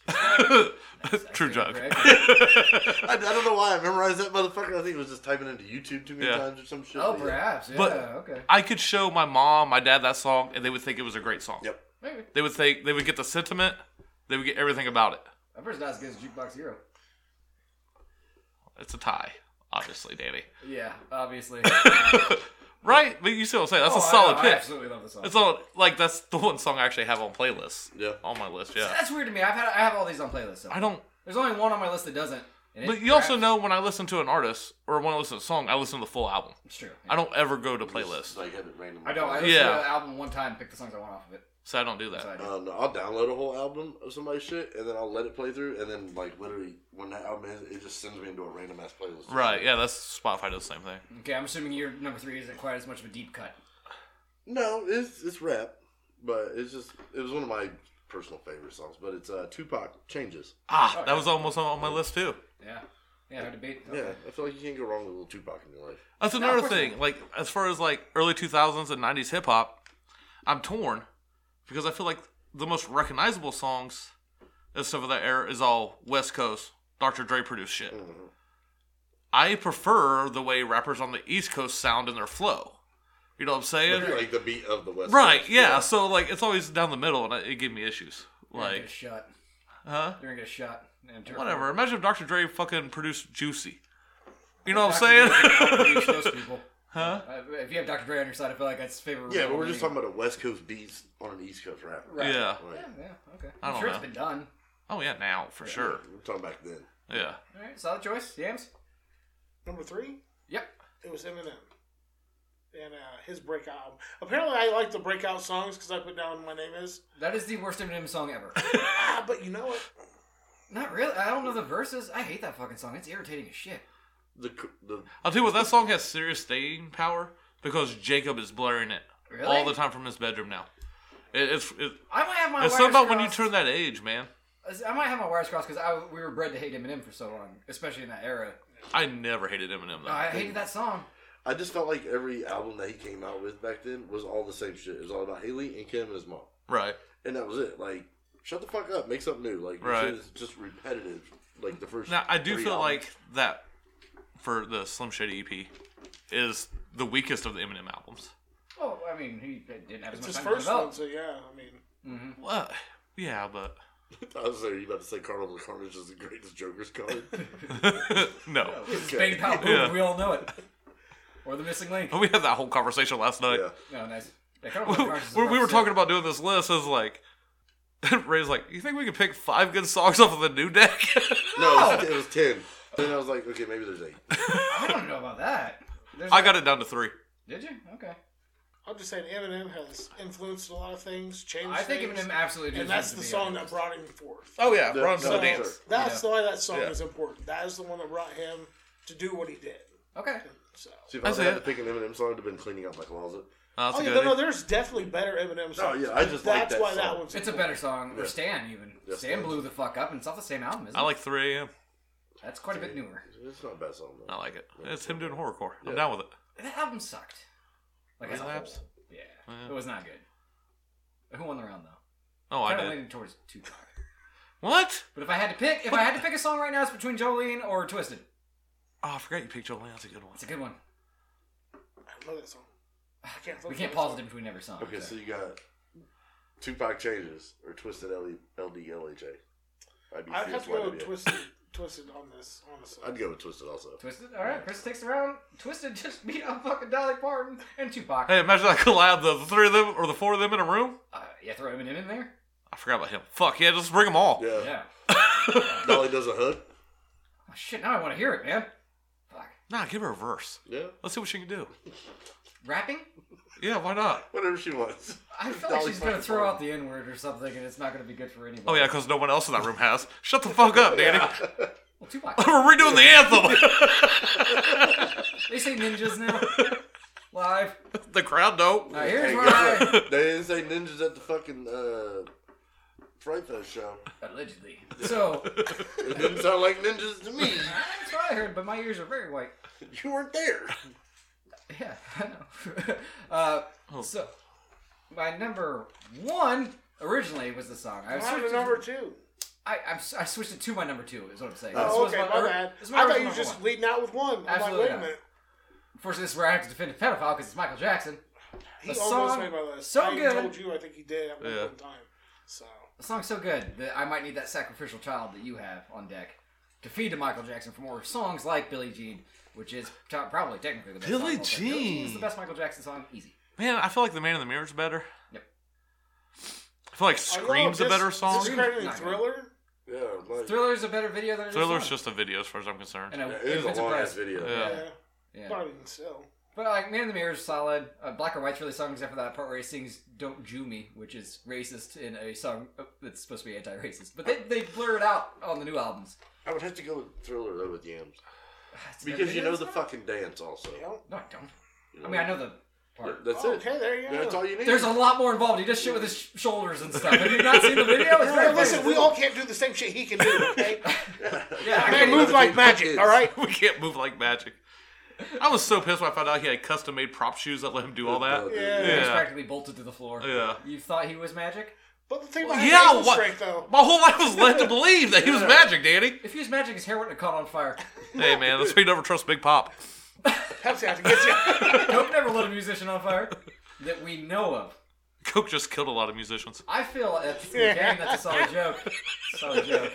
B: Nice.
C: True joke. *laughs*
E: I, I don't know why I memorized that motherfucker. I think it was just typing into YouTube too many
C: Yeah.
E: times or some shit.
B: Oh,
E: but yeah.
B: perhaps. Yeah.
C: But-
B: okay.
C: I could show my mom, my dad that song, and they would think it was a great song.
E: Yep.
B: Maybe.
C: They would think they would get the sentiment. They would get everything about it.
B: That person's not as good as Jukebox Hero.
C: It's a tie, obviously, Danny.
B: Yeah, *laughs* obviously.
C: Right? But you see what I'm saying? That's
B: Oh,
C: a
B: I-
C: solid
B: I
C: pick.
B: absolutely love the song.
C: It's all like that's the one song I actually have on playlists.
E: Yeah.
C: On my list, yeah.
B: That's weird to me. I've had I have all these on playlists. So.
C: I don't.
B: There's only one on my list that doesn't. and it
C: But you also
B: cracks.
C: know when I listen to an artist or when I listen to a song, I listen to the full album.
B: it's true.
C: I don't ever go to
E: Just,
C: playlists,
E: Like have it randomly.
B: I don't. I listened
C: Yeah.
B: to an album one time, picked the songs I want off of it.
C: so I don't do that.
B: So I do.
E: Uh, no, I'll download a whole album of somebody's shit and then I'll let it play through and then like literally when that album ends, it just sends me into a random ass playlist.
C: Right? Yeah, that's Spotify does the same thing.
B: Okay, I'm assuming your number three isn't quite as much of a deep cut.
E: No, it's it's rap, but it's just it was one of my personal favorite songs. But it's uh, Tupac Changes.
C: Ah, that was almost on, on my list too.
B: Yeah. Yeah, hard to beat.
E: Yeah, I feel like you can't go wrong with a little Tupac in your life.
C: That's
B: of
C: another
B: course
C: thing. Like as far as like early two thousands and nineties hip hop, I'm torn because I feel like the most recognizable songs and stuff of that era is all West Coast Dr. Dre produced shit. I prefer the way rappers on the East Coast sound in their flow. You know what I'm saying?
E: Like, the beat of the West.
C: Right.
E: Coast.
C: Yeah. So like it's always down the middle, and it- it gave me issues.
B: You're gonna get a
C: Like
B: shot.
C: Huh?
B: You're gonna get a shot. And turn-
C: whatever. Imagine if Dr. Dre fucking produced Juicy. You know what
B: Dr.
C: I'm
B: Dre
C: saying? *laughs*
B: produced those people. Huh? if you have Dr. Dre on your side, I feel like that's favorite.
E: Yeah, but we're just talking about a West Coast beats on an East Coast rapper.
B: Right.
C: Yeah.
E: Like,
B: Yeah, yeah, okay.
C: I
B: I'm
C: don't
B: sure
C: know.
B: it's been done.
C: Oh yeah, now for sure.
E: We're talking back then.
C: Yeah.
B: All right, solid choice. Yams?
D: Number three,
B: Yep.
D: it was Eminem. And uh, his breakout album. Apparently, I like the breakout songs because I put down my name is.
B: That is the worst Eminem song
C: *laughs*
B: ever.
D: Ah, but you know what?
B: Not really. I don't know the verses. I hate that fucking song. It's irritating as shit.
E: The c- the
C: I'll tell you what, that song has serious staying power because Jacob is blaring it
B: Really?
C: all the time from his bedroom now. It, it's it,
B: I might have my
C: it's
B: wires
C: something about when you
B: crossed.
C: turn that age, man.
B: I might have my wires crossed because we were bred to hate Eminem for so long, especially in that era.
C: I never hated Eminem though.
B: I hated that song.
E: I just felt like every album that he came out with back then was all the same shit. It was all about Haley and Kim and his mom,
C: right.
E: and that was it. Like, shut the fuck up, make something new. Like, your
C: Right.
E: shit is just repetitive. Like the first.
C: Now I do
E: three
C: feel
E: albums.
C: like that for the Slim Shady EP is the weakest of the Eminem albums.
B: Well, I mean, he didn't have as
D: It's
B: much
D: his
B: time
D: first
B: to develop.
D: one, so yeah, I mean.
C: What? Yeah, but *laughs*
E: *laughs* I was there. You about to say Carnival of Carnage is the greatest
C: *laughs*
E: Joker's card?
C: no.
B: It's
E: Okay.
B: Big Pal Boom.
C: *laughs* Yeah.
B: We all know it. Or the missing link.
C: We had that whole conversation last night.
E: yeah.
B: No, nice. Yeah, Carnival of Cars is
C: *laughs* we, we
B: about
C: were
B: sick.
C: talking about doing this list. I was like, *laughs* Ray's like, you think we could pick five good songs off of the new deck? *laughs*
E: No, it was, it was ten. Then I was like, okay, maybe there's eight.
B: I don't know about that. There's
C: I got it down to three.
B: Did you? Okay.
D: I'm just saying, Eminem has influenced a lot of things, changed.
B: I think
D: things,
B: Eminem absolutely.
D: and
B: deserves
D: that's
B: to
D: the
B: be
D: song
B: on
D: that
B: this.
D: brought him forth.
C: Oh yeah, run to
E: no,
C: the
E: no,
C: dance.
E: sir.
D: That's why that song
C: Yeah.
D: is important. That is the one that brought him to do what he did.
B: Okay.
D: So,
E: See, if I
C: That's
E: had
C: it.
E: to pick an Eminem song, it'd have been cleaning out my closet.
C: No, that's
D: oh
C: a
D: yeah,
C: good.
D: no, no, there's definitely better Eminem songs.
E: Oh, yeah, I just like
D: that's
E: that
D: why
E: song.
D: that one's.
B: It's a better song. Or Stan, even.
E: Yeah,
B: Stan
E: Stan.
B: blew the fuck up, and it's off the same album, isn't
C: I like 3 a.m.
B: it? That's quite a bit newer.
E: It's not a bad song. Though.
C: I like it. It's him doing horrorcore. I'm down with it.
B: That album sucked. Like, as a
C: Relapse?
B: whole. Yeah. It was not good. Who won the round, though?
C: Oh, I
B: Kind of
C: did.
B: leaning towards Tupac.
C: What?
B: But if I had to pick, if I had to pick a song right now, it's between Jolene or Twisted.
C: Oh, I forgot you picked Jolene. That's a good one.
B: It's a good one.
D: I love that song. I can't.
B: We can't pause it in between every song.
E: Okay,
B: so-
E: so you got Tupac Changes or Twisted L D L H A. I'd be
D: I'd
E: fierce
D: have to go
E: wide idea.
D: twisted, twisted on this. Honestly,
E: I'd go with Twisted also.
B: Twisted. All right, Chris takes the round. Twisted just beat up fucking Dolly Parton and Tupac.
C: Hey, imagine that collab. The, the three of them or the four of them in a room.
B: Uh, yeah, throw Eminem in there.
C: I forgot about him. Fuck yeah, just bring them all.
E: Yeah.
B: Yeah.
E: Dolly does a hood.
B: Oh, shit, now I want to hear it, man. Fuck.
C: Nah, give her a verse.
E: Yeah.
C: Let's see what she can do.
B: Rapping?
C: Yeah, why not?
E: Whatever she wants.
B: I feel like
E: Dolly
B: she's gonna
E: fucking
B: throw out
E: Parton.
B: the N word or something, and it's not gonna be good for anybody.
C: Oh yeah, because no one else in that room has. Shut the fuck up, Danny.
B: Well, Tupac.
C: *laughs* We're redoing *laughs* the anthem.
B: they say ninjas
C: *laughs*
B: now. Live.
C: the crowd don't.
B: Now here's
E: Hey,
B: where
E: guess
B: I
E: what? They didn't say ninjas at the fucking uh, Fright Fest show. *laughs*
B: allegedly. So
E: It didn't sound like ninjas to me.
B: that's what I heard, but my ears are very white.
E: You weren't there.
B: Yeah, *laughs* I know. uh,
C: Oh.
B: So my number one originally was the song. I
D: I have
B: switched
D: a number two.
B: I, I'm, si switched it to my number two. Is what I'm saying.
D: Oh,
B: was
D: okay, my
B: or-
D: bad.
B: this was my
D: I thought
B: original
D: you were
B: number
D: just
B: one.
D: leading out with one. I'm like,
B: Absolutely
D: wait a
B: not.
D: minute.
B: Unfortunately, this is where I have to defend a pedophile because it's Michael Jackson.
D: He
B: The
D: almost
B: song-
D: made my list.
B: so
D: I even
B: good.
D: told you, I think he did at one
C: Yeah.
D: point in time. So
B: The song's so good that I might need that sacrificial child that you have on deck to feed to Michael Jackson for more songs like Billie Jean, which is t- probably technically the best.
C: Billie
B: song on the record. Billie Jean is the
C: Jean.
B: best Michael Jackson song. Easy.
C: Man, I feel like The Man in the Mirror is better.
B: Yep.
C: I feel like Scream's a better song.
D: Discrediting
B: Not good.
D: Thriller.
E: Yeah, like,
B: Thriller's a better video than it is
C: Thriller's
B: song.
C: just a video, as far as I'm concerned.
B: And I,
E: Yeah, it is a
B: it's
E: long
B: impressed.
E: ass video.
C: Yeah.
D: Yeah,
B: Yeah.
D: but I mean, still.
B: But like Man in the Mirror is solid. Uh, Black or White's really song except for that part where he sings "Don't Jew Me," which is racist in a song uh, that's supposed to be anti-racist. But they, they blur it out on the new albums.
E: I would have to go with Thriller though with Yams
B: It's never
E: because you
B: been
E: know
B: this
E: the
B: bad.
E: fucking dance also.
D: You know,
B: No, I don't. I mean, I know the part.
E: That's it.
D: Okay, there you go.
E: That's all you need.
B: There's a lot more involved. He does shit with his sh- shoulders and stuff. Have you not seen the video? It's
D: Hey,
B: very
D: listen,
B: funny.
D: we all can't do the same shit he can do,
E: *laughs*
D: okay?
B: yeah, I
D: I can
B: mean,
D: move like magic, all
C: *laughs*
D: right?
C: we can't move like magic. I was so pissed when I found out he had custom made prop shoes that let him do all that.
D: Yeah.
B: He's
C: Yeah.
B: practically bolted to the floor.
C: Yeah.
B: You thought he was magic?
D: But the thing about having
C: Yeah,
D: ankle
C: what?
D: strength, though,
C: My whole life was led to believe that he was magic, Danny.
B: If he was magic, his hair wouldn't have caught on fire.
C: Hey, man, that's why you never trust Big Pop.
D: Pepsi has
C: *laughs*
D: to get you.
B: Coke never lit a musician on fire that we know of.
C: Coke just killed a lot of musicians.
B: I feel
D: *laughs*
B: that's dang, that's a solid joke. Solid joke.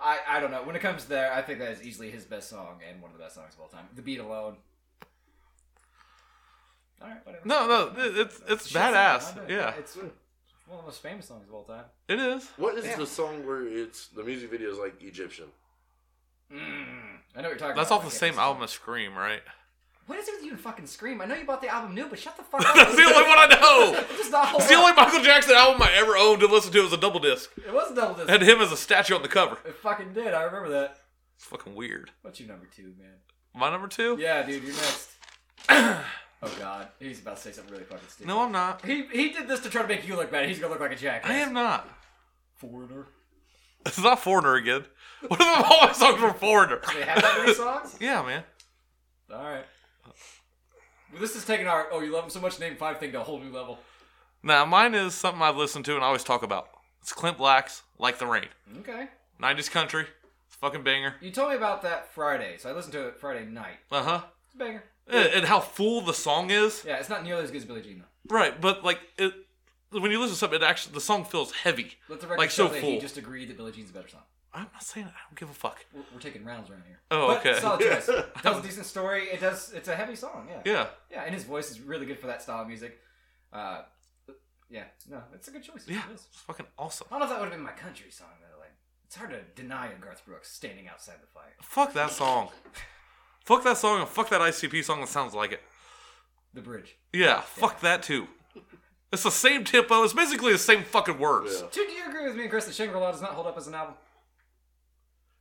B: I, I don't know. When it comes to there, I think that is easily his best song and one of the best songs of all time. The beat alone. All right, whatever.
C: No, no, it- it's it's
B: Shit song, I
C: badass.
B: bet.
C: Yeah,
B: it's one of the most famous songs of all time.
C: it is.
E: What is the song where it's the music video is like Egyptian?
B: Mm. I know what you're talking about.
C: That's off
B: I
C: the
B: can't
C: same
B: listen.
C: album as Scream, right? *laughs*
B: What is it with you and fucking Scream? I know you bought the album new, but shut the fuck up.
C: That's the only one *laughs* I know.
B: It's just not-
C: It's the only Michael Jackson album I ever owned and listened to was a double disc.
B: It was double disc.
C: Had him as a statue on the cover.
B: It fucking did. I remember that.
C: It's fucking weird.
B: What's your number two, man?
C: My number two?
B: Yeah, dude, you're
C: *coughs*
B: next. oh god, he's about to say something really fucking stupid.
C: No, I'm not.
B: He he did this to try to make you look bad. He's gonna look like a jackass.
C: I am not.
B: foreigner.
C: It's not Foreigner again. *laughs* What if I'm always talking from
B: *laughs*
C: Foreigner?
B: They have that many songs. *laughs*
C: Yeah, man.
B: All right. Well, this is taking our oh you love him so much name five thing to a whole new level.
C: Now, mine is something I've listened to and always talk about. It's Clint Black's Like the Rain.
B: Okay.
C: 90s country. It's a fucking banger.
B: You told me about that Friday, so I listened to it Friday night.
C: Uh huh.
B: It's a banger.
C: And how full the song is.
B: Yeah, it's not nearly as good as Billie Jean though.
C: Right, but like, it, when you listen to something, it actually, the song feels heavy.
B: Let the record
C: Like,
B: show
C: so
B: that he
C: full.
B: just agreed that Billie Jean's a better song.
C: I'm not saying I don't give a fuck.
B: We're, we're taking rounds around here.
C: Oh,
B: but
C: okay.
B: Solid
C: *laughs*
B: choice. Tells a decent story. It does. It's a heavy song. Yeah.
C: Yeah.
B: Yeah, and his voice is really good for that style of music. Uh, yeah, no, it's a good choice.
C: Yeah.
B: It is.
C: It's fucking awesome.
B: I don't know if that would have been my country song though. Like, it's hard to deny a Garth Brooks standing outside the fire.
C: Fuck that song. Fuck that song and fuck that ICP song that sounds like it.
B: The bridge,
C: Yeah, fuck that too. It's the same tempo. It's basically the same fucking words.
E: Yeah.
B: dude. Do you agree with me and Chris that Shangri-La does not hold up as an album?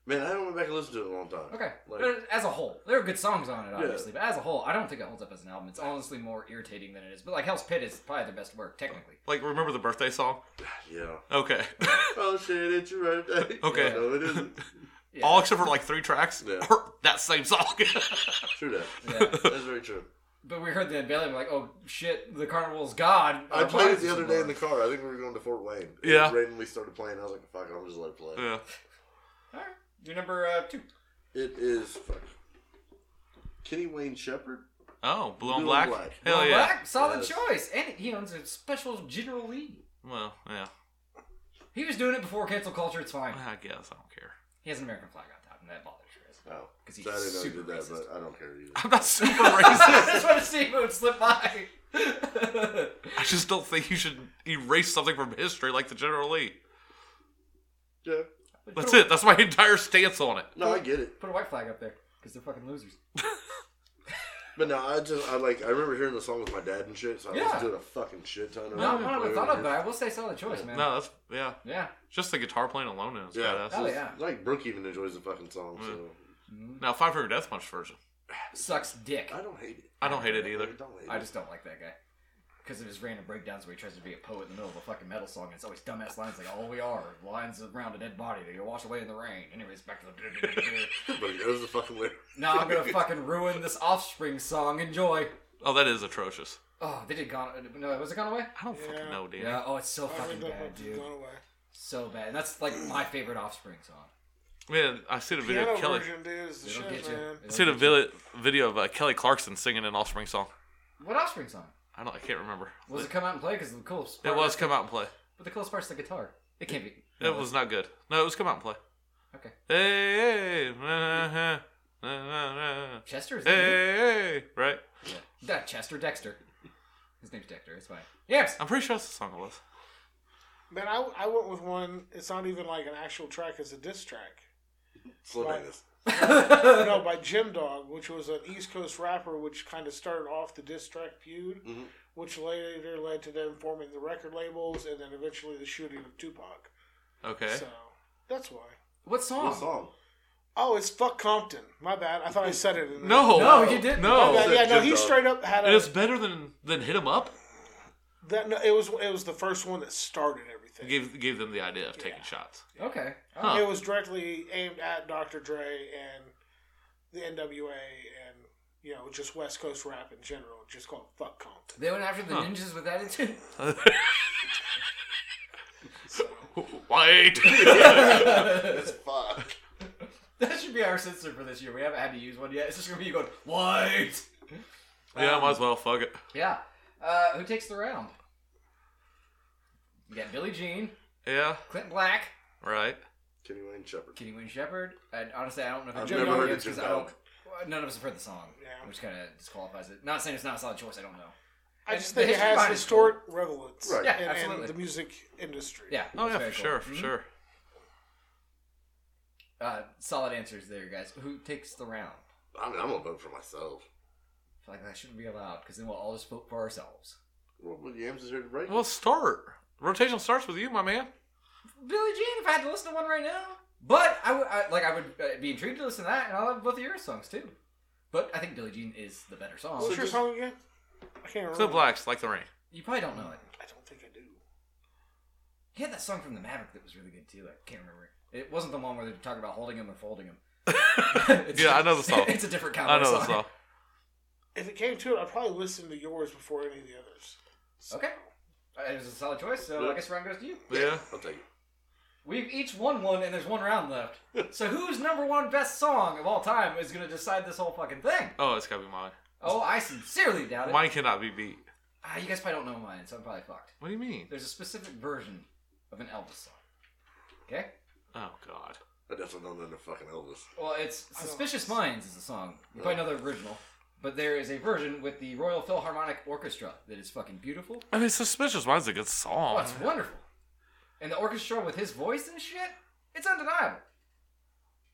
E: Man, I haven't went back and listened to it in a long time.
B: Okay,
E: Like,
B: but as a whole, there are good songs on it, obviously. But as a whole, I don't think it holds up as an album. It's honestly more irritating than it is. But like Hell's Pit is probably their best work technically.
C: Like, remember the birthday song?
E: yeah.
C: Okay.
E: Oh shit, it's your birthday.
C: *laughs* Okay.
E: Yeah, no, it isn't.
B: Yeah.
C: All except for like three tracks.
E: Yeah.
C: Or that same song. *laughs*
E: True that.
B: Yeah.
E: That's very true.
B: But we heard the unveiling, we're like, oh shit, the carnival's god.
E: I
B: Our
E: played it
B: minds
E: the
B: are
E: other day in
B: blown.
E: the car. I think we were going to Fort Wayne. It
C: Yeah.
E: Randomly started playing. I was like, "Fuck, it, I'll just let it play."
C: yeah.
B: All right, you're number uh, two.
E: It is fuck. Kenny Wayne Shepherd.
C: Oh, Blue on
E: Blue
C: Black.
E: on Black.
C: Hell
B: Well,
C: yeah.
B: Black, solid
E: Yes.
B: choice. And he owns a special general league.
C: Well, yeah.
B: He was doing it before cancel culture. It's fine.
C: I guess I don't care. *laughs*
B: He has an American flag on top, and that bothers Chris.
E: Oh,
B: Because he's
E: So I didn't know he
B: super
E: did that,
B: racist.
E: but I don't care
C: *laughs*
E: either.
C: I'm not
B: *laughs*
C: super racist.
B: *laughs* I just want to see if it would slip by. *laughs*
C: I just don't think you should erase something from history like the General Lee.
E: Yeah.
C: That's it. That's my entire stance on it.
E: No, I get it.
B: Put a white flag up there because they're fucking losers.
E: But no, I just I like I remember hearing the song with my dad and shit, so I
B: Yeah.
E: listened to it a fucking shit ton. of
B: No,
E: it.
B: I don't even thought of it, but I will say solid choice, man.
C: No, that's yeah.
B: Yeah.
C: Just the guitar playing alone is
E: Yeah,
C: badass.
E: so
B: Oh,
E: it's-
B: yeah.
E: Like Brooke even enjoys the fucking song,
C: Mm.
E: so
C: Now, Five Finger Death Punch version.
B: Sucks dick.
E: I don't hate it.
C: I don't hate it
E: I
C: either.
E: don't hate
B: I
E: it.
B: just don't like that guy. Because of his random breakdowns where he tries to be a poet in the middle of a fucking metal song, and it's always dumbass lines like, all we are, lines around a dead body that you wash away in the rain. Anyways, back to the. *laughs*
E: But it knows the fucking lyric.
B: Now I'm gonna fucking ruin this Offspring song. Enjoy.
C: Oh, that is atrocious.
B: Oh, they did Gone. No, was it Gone Away?
C: I don't fucking know, dude.
B: Yeah. Oh, it's so
D: I
B: fucking
D: think that
B: bad,
D: one's
B: dude.
D: gone away.
B: So bad. And that's like my favorite Offspring song.
C: Man, I seen a video
D: Piano
C: of Kelly.
D: version, dude, is the
B: It'll
D: shit,
B: get you.
D: man.
C: I
B: It'll
C: seen a
B: get you.
C: vi- video of uh, Kelly Clarkson singing an Offspring song.
B: What Offspring song?
C: I don't. I can't remember.
B: Was it come out and play? Because the coolest.
C: It
B: part-
C: was come out and play.
B: But the coolest part's the guitar. It can't be.
C: It was not good. No, it was come out and play.
B: Okay.
C: Hey, hey, na, na, na, na, na.
B: Chester is.
C: hey,
B: Hey.
C: hey, right?
B: That Chester Dexter. His name's Dexter. It's fine. Yes.
C: I'm pretty sure that's the song it was.
D: Man, I, I went with one. It's not even like an actual track; it's a diss track. *laughs*
E: Slow
D: Right.
E: down this.
D: no, by Jim Dog, which was an East Coast rapper, which kind of started off the diss track feud,
B: Mm-hmm.
D: which later led to them forming the record labels, and then eventually the shooting of Tupac.
C: Okay.
D: So that's why.
B: What song?
E: What song?
D: Oh, it's fuck Compton. My bad. I thought I said it. In
C: No,
B: No, you didn't.
D: there.
C: No,
D: Yeah, yeah, no. He
E: Just, uh,
D: straight up had
C: and
D: a.
C: it's better than than hit him up.
D: That, no, it was it was the first one that started everything.
C: Gave gave them the idea of taking
B: *laughs*
C: shots.
B: Okay.
C: Huh.
D: It was directly aimed at Dr. Dre and the NWA and you know just West Coast rap in general. Just called fuck Compton.
B: They went after the ninjas with *laughs* attitude.
C: *laughs*
B: *laughs*
C: Wait.
E: Fuck.
B: That should be our censor for this year. We haven't had to use one yet. It's just gonna be you going white.
C: yeah, might as well. Fuck it.
B: Yeah. Uh, who takes the round? You got Billie Jean,
C: Yeah.
B: Clint Black,
C: Right.
E: Kenny Wayne Shepherd.
B: Kenny Wayne Shepherd, and honestly, I don't know. If
E: I've
B: Jim
E: never
B: Duggan
E: heard of
B: is,
E: Jim
B: 'cause I don't-
E: Duggan.
B: well, None of us have heard the song,
D: Yeah.
B: which kind of disqualifies it. Not saying it's not a solid choice. I don't know.
D: I
B: And
D: just
B: the
D: think it
B: history
D: has
B: behind it's
D: historic relevance
E: Right.
B: Yeah,
D: in, in
B: absolutely.
D: the music industry.
B: Yeah.
C: Oh
B: it's
C: yeah,
B: very
C: for
B: cool.
C: sure, for
B: Mhm.
C: sure.
B: Uh, solid answers there, guys. Who takes the round?
E: I mean, I'm gonna vote for myself.
B: I feel like that shouldn't be allowed because then we'll all just vote for ourselves.
E: Well, well, Yams is here to break.
C: Well, start. Rotation starts with you, my man.
B: Billie Jean, if I had to listen to one right now. But I would I, like I would uh, be intrigued to listen to that, and I love both of your songs too. But I think Billie Jean is the better song.
D: What's your song again? I can't remember.
B: Oh.
C: Clip blacks like the rain.
B: You probably don't know it.
D: I don't think I do.
B: He had that song from the Maverick that was really good too. I can't remember. It wasn't the one where they talk about holding him or folding
C: *laughs*
B: him. It's-
C: Yeah, I know the song.
B: *laughs* It's a different kind
C: I
B: of
C: know
B: song.
C: the song.
B: *laughs*
D: If it came to it, I'd probably listen to yours before any of the others.
B: *laughs* Okay, Uh, it was a solid choice. So I guess round goes to you.
C: Yeah.
E: I'll take it.
B: We've each won one, and there's one round left. So whose number one best song of all time is gonna decide this whole fucking thing?
C: Oh, it's gotta be mine.
B: Oh, I sincerely doubt it.
C: Mine cannot be beat.
B: Ah, you guys probably don't know mine, so I'm probably fucked.
C: What do you mean?
B: There's a specific version of an Elvis song. Okay?
C: Oh God.
E: I definitely don't know the fucking Elvis.
B: Well, it's Suspicious Minds is the song. You probably know the original. But there is a version with the Royal Philharmonic Orchestra that is fucking beautiful.
C: I mean, suspicious. Mine's a good
B: *laughs*
C: song.
B: Oh, it's wonderful. And the orchestra with his voice and shit, it's undeniable.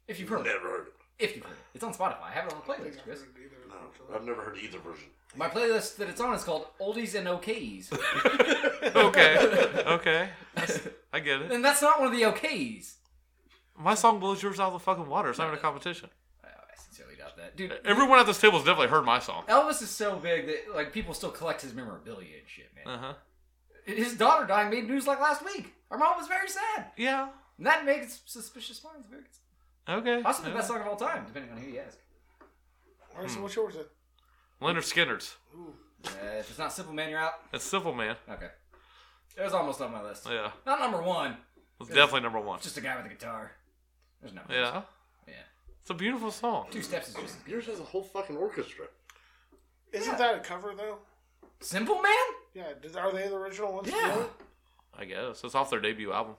B: If you've heard it.
E: Never heard it.
B: If you've heard it. It's on Spotify. I have it on the playlist, Chris.
E: No, I've never heard either version.
B: My playlist that it's on is called Oldies and OKs.
C: *laughs* okay. Okay. I get *laughs* it.
B: and that's not one of the OKs.
C: My song blows yours out of the fucking water. It's not even a competition.
B: Oh, I sincerely doubt that. Dude,
C: Everyone at this table's definitely heard my song.
B: Elvis is so big that like people still collect his memorabilia and shit, man.
C: Uh huh.
B: His daughter dying made news like last week. Our mom was very sad.
C: Yeah.
B: And that makes Suspicious Minds very good.
C: Okay.
B: Possibly the
C: Yeah.
B: best song of all time, depending on who you ask.
D: Alright,
B: Hmm.
D: so what's yours then?
C: Leonard Skinner's.
B: Uh, if it's not Simple Man, you're out.
C: It's simple, man.
B: Okay. It was almost on my list.
C: Yeah.
B: Not number one.
C: It's definitely number one.
B: It's just a guy with a guitar. There's no.
C: Yeah.
B: Yeah.
C: It's a beautiful song.
B: Two steps is just
E: Yours has a whole fucking orchestra.
D: Isn't
B: Yeah.
D: that a cover though?
B: Simple Man.
D: Yeah. Did, are they the original ones?
B: Yeah.
D: Really?
C: I guess it's off their debut album,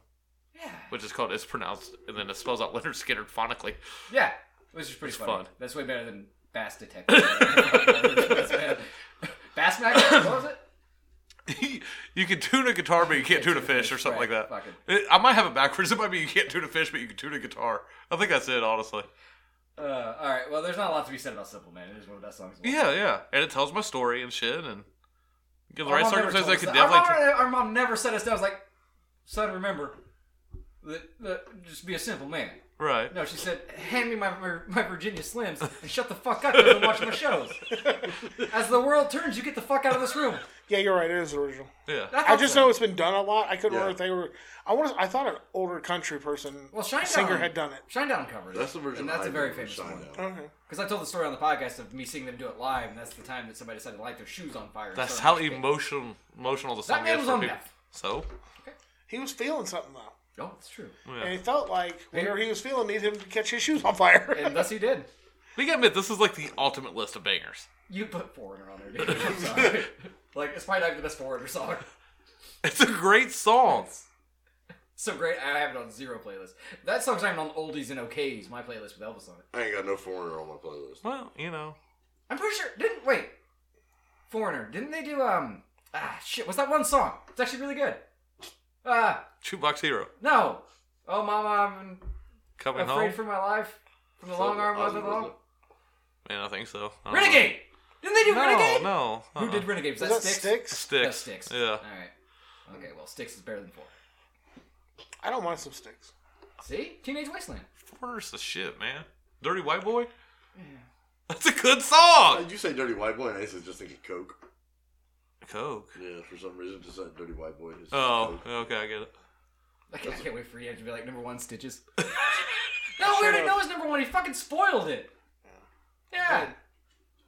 B: Yeah.
C: which is called "It's Pronounced," and then it spells out Leonard Skinner phonically.
B: Yeah. Which is pretty
C: It's
B: funny.
C: fun.
B: That's way better than Bass Detective. *laughs* That's bad. Bass Magnet. What was it?
C: *laughs* you can tune a guitar, but you can't tune a fish, or something
B: right,
C: like that.
B: fucking-
C: It- I might have it backwards. It might be you can't tune a fish, but you can tune a guitar. I think that's it, honestly.
B: Uh, all right. Well, there's not a lot to be said about Simple Man. It is one of the best songs. Of all
C: Yeah, yeah, and it tells my story and shit, and give the
B: Our
C: right
B: mom never
C: circumstances, I
B: told us
C: could
B: that.
C: definitely.
B: Our mom, our mom never said us that. I was like, son, remember, that, that, just be a simple man.
C: tune- right.
B: No, she said, hand me my, my, my Virginia Slims and shut the fuck up and watch my
D: *laughs*
B: shows. As the world turns, you get the fuck out of this room.
D: Yeah, you're right. It is original.
C: Yeah.
B: That
D: I
B: helps
D: just
B: them.
D: know it's been done a lot. I couldn't
E: Yeah.
D: remember if they were. I want. I thought an older country person
B: Well, Shinedown.
D: singer had done it.
B: Shinedown covers. it.
E: That's the version.
B: And that's
E: I
B: a very
E: remember
B: famous
E: Shinedown.
B: one.
D: Okay.
B: Because I told the story on the podcast of me seeing them do it live, and that's the time that somebody decided to light their shoes on fire. and
C: That's how
B: start a mosh pit.
C: emotional emotional the song
B: man
C: is
B: was
C: for
B: on
C: people.
B: meth.
C: So
D: He was feeling something though,
B: Oh, it's true.
D: and he felt like whatever he was feeling needed him to catch his shoes on *laughs* fire.
B: And thus he did.
C: we can admit this is like the ultimate list of bangers. *laughs*
B: You put Foreigner on there, dude. I'm
D: *laughs*
B: sorry. like, it's probably not even the best Foreigner song.
C: It's a great song.
B: So great, I have it on zero playlist. That song's not even on oldies and OKs, my playlist with Elvis on it.
E: I ain't got no foreigner on my playlist.
C: Well, you know,
B: I'm pretty sure, didn't, wait. Foreigner, didn't they do, um, ah, shit, what's that one song? It's actually really good. Uh,
C: Shoebox Hero
B: no. Oh, Mama, I'm
C: coming
B: afraid
C: home.
B: for my life. From the long
D: uh,
B: arm of the
E: Ozzy,
B: long.
E: wasn't
C: Man, I think so. I don't know.
B: Renegade! Didn't they do Renegade?
C: Oh. No, no.
B: Who did Renegade? Was
D: Is
B: that,
D: that
B: Sticks?
D: sticks?
C: sticks?
B: That's Sticks.
C: Yeah.
B: Alright. Okay, well, Sticks is better than Foreigner.
D: I don't mind some sticks.
B: See? Teenage Wasteland.
C: Foreigner's the shit, man. Dirty White Boy? That's a good song!
E: Did uh, you say Dirty White Boy? And I was just thinking Coke.
C: Coke.
E: Yeah, for some reason, just that Dirty White Boy. Is
C: Oh,
E: Coke.
C: okay, I get it.
B: Like, I can't wait for you to be like, number one, Stitches. no, we already know it's number one. He fucking spoiled it. Yeah.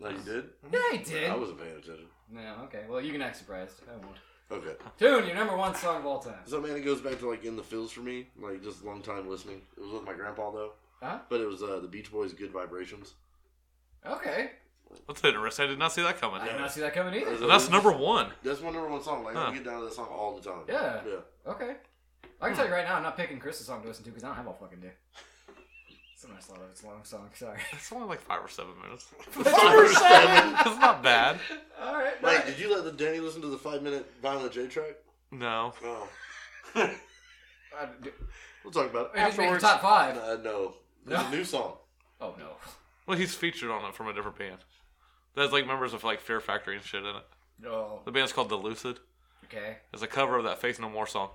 E: No, you did?
B: Yeah, he did.
E: I wasn't paying attention.
B: No, okay. Well, you can act surprised. I won't.
E: Okay.
B: Dude, your number one song of all time.
E: So, man, it goes back to, like, In the Fields for me. Like, just long time listening. It was with my grandpa, though.
B: Huh?
E: But it was uh, the Beach Boys' Good Vibrations.
B: Okay.
C: That's interesting. I did not see that coming.
B: I did not see that coming either.
C: And that's number one.
E: That's my number one song. Like,
C: Huh.
E: I get down to that song all the time.
B: Yeah.
E: Yeah.
B: Okay. I can tell you right now, I'm not picking Chris's song to listen to because I don't have all fucking day. It's a nice lot of it's a long song. Sorry.
C: It's only like five or seven minutes. *laughs*
E: Seven.
C: That's not bad.
B: all right.
E: Wait, did you let the Danny listen to the five minute Violent J track?
C: No.
E: No.
B: Uh, d-
E: We'll talk about it.
B: it didn't make the
E: afterwards.
B: top five.
E: Uh, no. It's
B: No.
E: a new song.
B: Oh no.
C: Well, he's featured on it from a different band. That's like members of like Fear Factory and shit in it.
B: No.
C: The band's called The Lucid.
B: Okay.
C: It's a cover of that Faith No More song.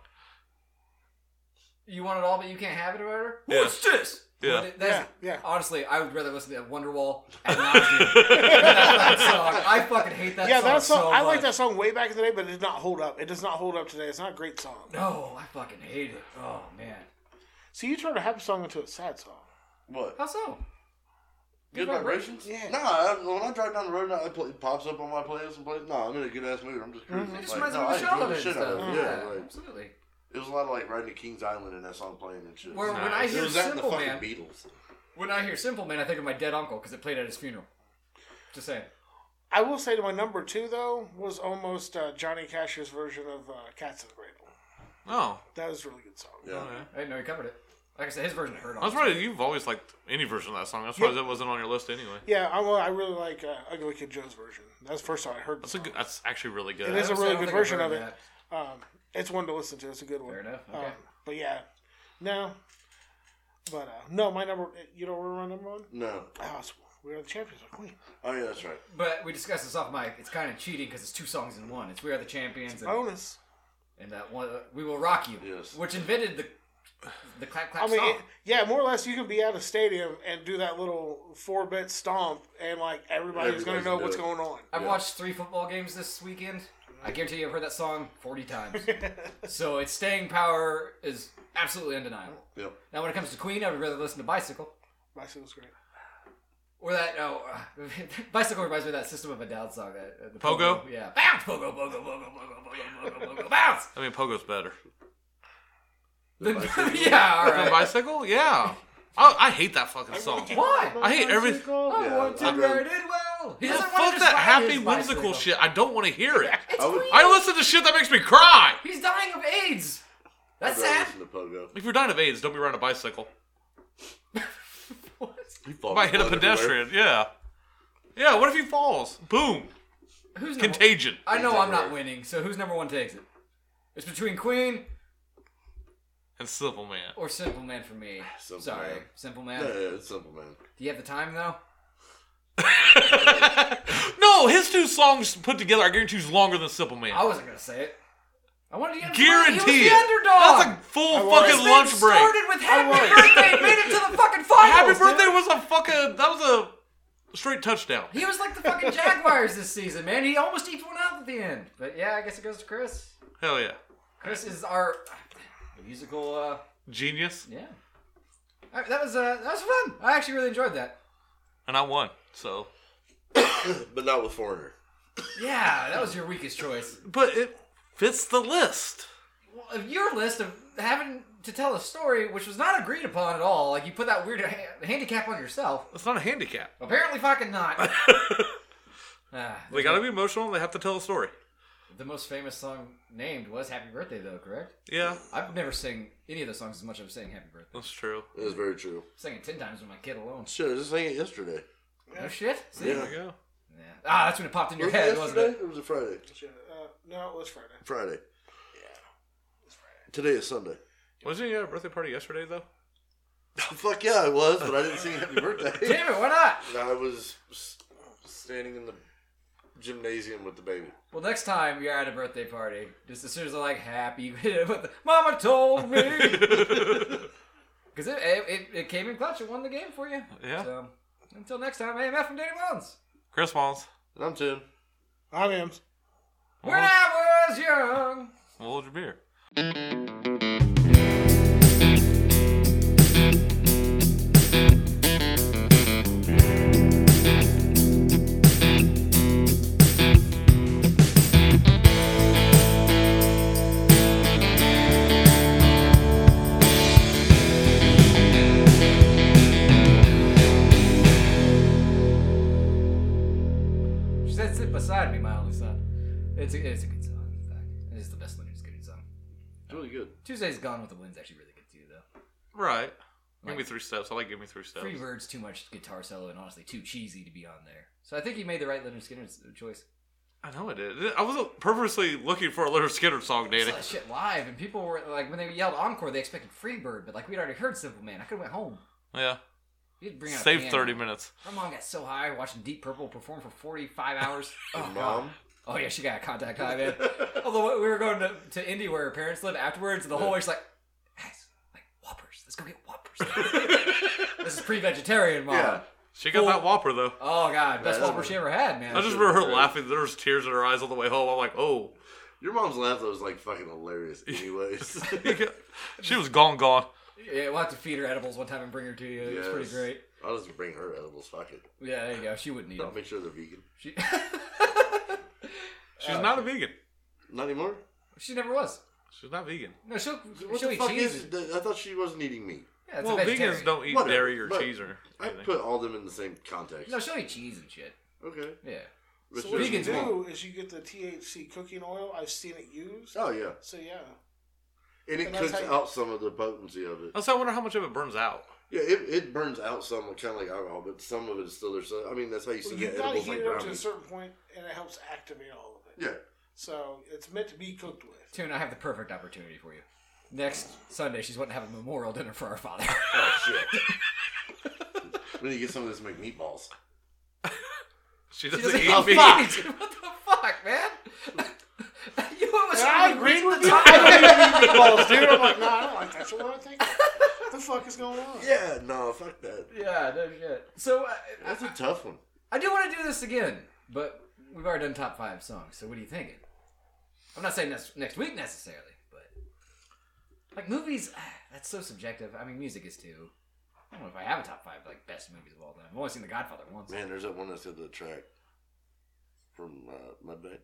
B: You want it all, but you can't have it, or whatever.
C: Yeah.
B: What's this?
C: Yeah.
B: But it- that's-
D: Yeah, yeah.
B: Honestly, I would rather listen to Wonderwall
D: *laughs*
B: and Mountain Dew than that song. I fucking hate that
D: yeah,
B: song.
D: that song.
B: so
D: I like
B: much.
D: that song way back in the day, but it does not hold up. It does not hold up today. It's not a great song.
B: No, I fucking hate it. Oh man.
D: So you turned a happy song into a sad song.
E: What?
B: How so?
E: Good vibrations?
D: Yeah.
E: Nah, I, when I drive down the road, and I play, it pops up on my playlist and plays. Nah, I'm in a good ass mood. I'm just cruising.
B: It just
E: Like,
B: reminds
E: no,
B: me
E: I
B: of the show
E: enjoy
B: and
E: the shit out
B: stuff.
E: of it. Yeah, like,
B: absolutely.
E: it was a lot of like riding to King's Island and that song playing and shit.
B: Where
E: it
B: when I
C: nice.
B: hear
E: was that and the
B: Simple
E: fucking
B: Man,
E: Beatles.
B: when I hear Simple Man, I think of my dead uncle because it played at his funeral. Just saying.
D: I will say that my number two though was almost uh, Johnny Cash's version of uh, "Cats in the Cradle."
C: Oh,
D: That was a really good song.
E: Yeah.
C: okay.
B: I didn't know he covered it. Like I said, his version hurt.
C: That's
B: honestly.
C: right. You've always liked any version of that song. That's why that wasn't on your list anyway.
D: Yeah, I, wa- I really like uh, Ugly Kid Joe's version. That's the first time I heard. The
C: That's a
D: song.
C: good. That's actually really good.
D: It is a
B: Honestly, I
D: really
B: don't
D: good
B: think I've
D: version
B: heard
D: of it.
B: that.
D: Um, it's one to listen to. It's a good one.
B: Fair enough, okay.
D: Um, but yeah, no. But uh, no, my number. You know where my number one?
E: No.
D: Oh, it's- we are the champions. We're queen.
E: Oh, yeah, that's right.
B: But we discussed this off mic. It's kind of cheating because it's two songs in one. It's We Are the Champions and,
D: Bonus.
B: and that one, We Will Rock You,
E: Yes.
B: which invented the the clap clap
D: I mean,
B: song.
D: it, yeah, more or less, you can be at a stadium and do that little four bit stomp, and like everybody's going
E: Everybody's
D: to know
E: gonna
D: what's
E: do it.
D: going on.
B: I've watched three football games this weekend. I guarantee you I've heard that song 40 times.
C: *laughs*
B: so its staying power is absolutely undeniable.
E: Yep.
B: Now, when it comes to Queen, I would rather listen to Bicycle.
D: My was great.
B: Or that, oh, *laughs* uh, Bicycle reminds me of that System of a Down song. That, uh, the
C: Pogo?
B: Yeah. Bounce! Pogo, pogo, pogo, pogo, pogo, pogo, pogo, bounce!
C: I mean, Pogo's better.
B: The- *laughs* yeah,
C: The
B: alright.
C: bicycle? Yeah. I, I hate that fucking song.
B: Why?
C: I hate everything.
B: I
E: Yeah,
B: want to
E: I'd rather-
B: ride it well. He doesn't want
C: Fuck
B: to
C: that
B: describe
C: happy
B: his
C: whimsical
B: bicycle.
C: shit. I don't want to
B: *laughs*
C: hear it.
B: It's
E: I would-
B: Queen.
C: I listen to shit that makes me cry.
B: He's dying of AIDS. That's
E: I'd rather
B: sad. *laughs*
E: listen to Pogo.
C: If you're dying of AIDS, don't be riding a bicycle.
B: What?
E: He
C: You might hit a pedestrian. Yeah. Yeah. What if he falls? Boom.
B: Who's number-
C: Contagion.
B: I know I'm not
E: Exactly.
B: winning, so who's number one takes it? It's between Queen
C: And Simple Man. *laughs*
B: or Simple Man for me.
E: Ah, Simple
B: Sorry,
E: Man.
B: Simple Man.
E: Yeah, yeah, it's simple, man.
B: Do you have the time though?
C: No, his two songs put together, I guarantee, is longer than Simple Man.
B: I wasn't gonna say it. I wanted to get
C: guarantee
B: He was
C: it.
B: the underdog.
C: That's a full
D: won't.
C: fucking
B: This man
C: lunch break.
B: Started with happy birthday, and made it to the fucking finals.
C: *laughs* Happy birthday
B: dude.
C: was a fucking. That was a straight touchdown.
B: He was like the fucking Jaguars this season, man. He almost eked one out at the end. But yeah, I guess it goes to Chris.
C: Hell yeah.
B: Chris is our musical. uh
C: Genius.
B: Yeah. All right, that was uh, that was fun. I actually really enjoyed that.
C: And I won. So.
E: But not with Foreigner.
B: Yeah, that was your weakest choice.
C: But it fits the list.
B: Well, of your list of having to tell a story which was not agreed upon at all. Like you put that weird ha- handicap on yourself.
C: It's not a *laughs* handicap.
B: Apparently, fucking
E: *laughs*
B: not. Ah,
C: They gotta be emotional. They have to tell a story.
B: the most famous song named was "Happy Birthday," though. Correct?
C: Yeah,
B: I've never sang any of those songs as much as I've sang "Happy Birthday."
C: that's true.
E: It is very true.
B: Sang it ten times with my kid alone.
E: Shit, I was just saying it yesterday.
B: No shit. See?
E: Yeah.
C: There you go.
B: Yeah. Ah, that's when it popped in your
E: Was it
B: head, wasn't
E: yesterday?
B: it?
E: Or was it Friday?
D: Uh, no, it was Friday.
E: Friday. Yeah. Today is Sunday. *laughs* Oh,
C: Wasn't you at a birthday party yesterday *laughs* though?
E: Fuck yeah, I was, but I didn't
B: *laughs*
E: sing happy birthday.
B: Damn it! Why not?
E: And I was s- standing in the gymnasium with the baby.
B: Well, next time you're at a birthday *laughs*
C: *laughs*
B: party, just as soon as they're like happy, but the- Mama told me. Because it, it, it, it came in clutch. It won the game for you.
C: Yeah.
B: So, until next time, I am F from Danny Mullins.
C: Chris Mullins.
E: And I'm Tim.
D: I'm Ems.
B: When I was young.
C: What was your beer?
B: She said, "Sit beside me, my only son." It's a, it's a good song. In fact, it is the best Leonard Skinner song.
E: It's really good.
B: Tuesday's Gone with the Wind's actually really good too, though.
C: Right. Give me
B: Like,
C: three steps. I like give me three steps.
B: Free Bird's too much guitar solo and honestly too cheesy to be on there. So I think he made the right Leonard Skinner choice.
C: I know I did. I wasn't purposely looking for a Leonard Skinner song,
B: I
C: Danny.
B: saw that shit live, and people were like, when they yelled encore, they expected Freebird, but like we'd already heard Simple Man. I could have went home.
C: Yeah.
B: You'd bring out a
C: Save
B: piano.
C: thirty minutes.
B: My mom got so high watching Deep Purple perform for forty five
E: *laughs*
B: hours. Oh,
E: Mom.
B: God. Oh yeah, she got a contact high, man. Although we were going to, to Indy where her parents live afterwards, and the whole way she's like, guys, like whoppers. Let's go get whoppers. *laughs* this is pre-vegetarian, mom.
E: Yeah.
C: *laughs* She got
B: Well-
C: that Whopper though.
B: Oh god, best
E: Yeah,
B: whopper she ever had, man.
C: I just remember her
E: Right.
C: laughing. There was tears in her eyes on the way home. I'm like, *laughs* oh,
E: Your mom's laugh though was like fucking hilarious.
D: *laughs*
E: Anyways,
C: she was gone, gone.
B: yeah, we'll have to feed her edibles one time and bring her to you. It's pretty
E: Yes.
B: great.
E: I'll just bring her edibles. Fuck it.
B: Yeah, there you go. She wouldn't eat
E: I'll
B: them.
E: make sure they're vegan.
B: She, *laughs*
C: She's not a vegan.
E: Not anymore.
B: she never was.
C: She's not vegan.
B: No, she'll
E: What
B: she'll
E: the
B: eat
E: fuck
B: cheese.
E: is? I thought she wasn't eating meat.
B: yeah, it's
C: well,
B: a vegetarian.
C: vegans don't eat
E: Whatever,
C: dairy or
E: but
C: cheese or
E: I
C: anything.
E: put all them in the same context.
B: No, she'll eat cheese and shit.
E: Okay.
B: Yeah.
E: Which
D: So what you
B: Vegans
D: do
B: won't.
D: is you get the THC cooking oil. I've seen it used.
E: Oh yeah,
D: So yeah,
E: and it
D: And that's
E: cooks
D: how you-
E: out some of the potency of it.
C: Also, I wonder how much of it burns out.
E: Yeah, it, it burns out some, kind of like alcohol, but some of it is still there. So I mean, that's how you
D: well,
E: still
D: you
E: get
D: gotta
E: edibles
D: heat
E: like
D: it up
E: brown
D: to a
E: meat.
D: certain point, and it helps activate all of it.
E: Yeah,
D: So it's meant to be cooked with.
B: Tune, I have the perfect opportunity for you. Next Sunday, she's wanting to have a memorial dinner for our *laughs* father.
E: Oh shit. *laughs* we need to get some of this to make meatballs.
C: She
B: She
C: doesn't,
B: doesn't
C: eat
B: eat
C: meat.
B: meat. What the "Oh, fuck, man? *laughs* you almost
D: And I
B: made me
D: agreed
B: reach
D: with
B: the
D: you.
B: top.
D: I don't even eat *laughs* meatballs, dude. I'm like, no, I don't like that. So what I think? What the fuck is going on?
E: Yeah, no, fuck that.
B: *laughs* Yeah, no shit. So uh,
E: That's a tough one.
B: I do want to do this again, but we've already done top five songs. So what are you thinking? I'm not saying next next week necessarily, but like movies, ah, that's so subjective. I mean, music is too. I don't know if I have a top five like best movies of all time. I've only seen The Godfather once.
E: Man, there's that one that's in the track from uh, Mudbag.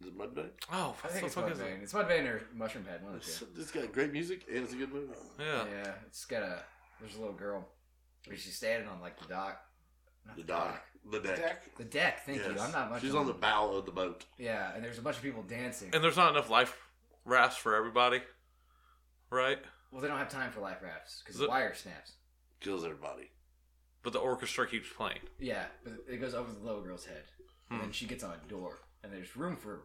E: Is it Mudbag?
C: Oh,
B: I
C: what
B: think
C: the
B: it's
C: fuck is it?
B: Mudvayne. It's Mudvayne or Mushroom Head, one of the two.
E: It's, it's got great music and it's a good movie.
C: Yeah.
B: Yeah, it's got a. There's a little girl. and She's standing on like the dock. Not
E: The dock. The deck.
D: Deck.
B: The deck. Thank you.
E: Yes.
B: I'm not much.
E: She's
B: of
E: on the
B: a-
E: bow of the boat.
B: Yeah, and there's a bunch of people dancing.
C: And there's not enough life rafts for everybody, right?
B: well, they don't have time for life rafts because
C: The-
B: the wire snaps.
E: Kills everybody.
C: But the orchestra keeps playing.
B: Yeah, but it goes over the little girl's head, and
C: Hmm.
B: then she gets on a door, and there's room for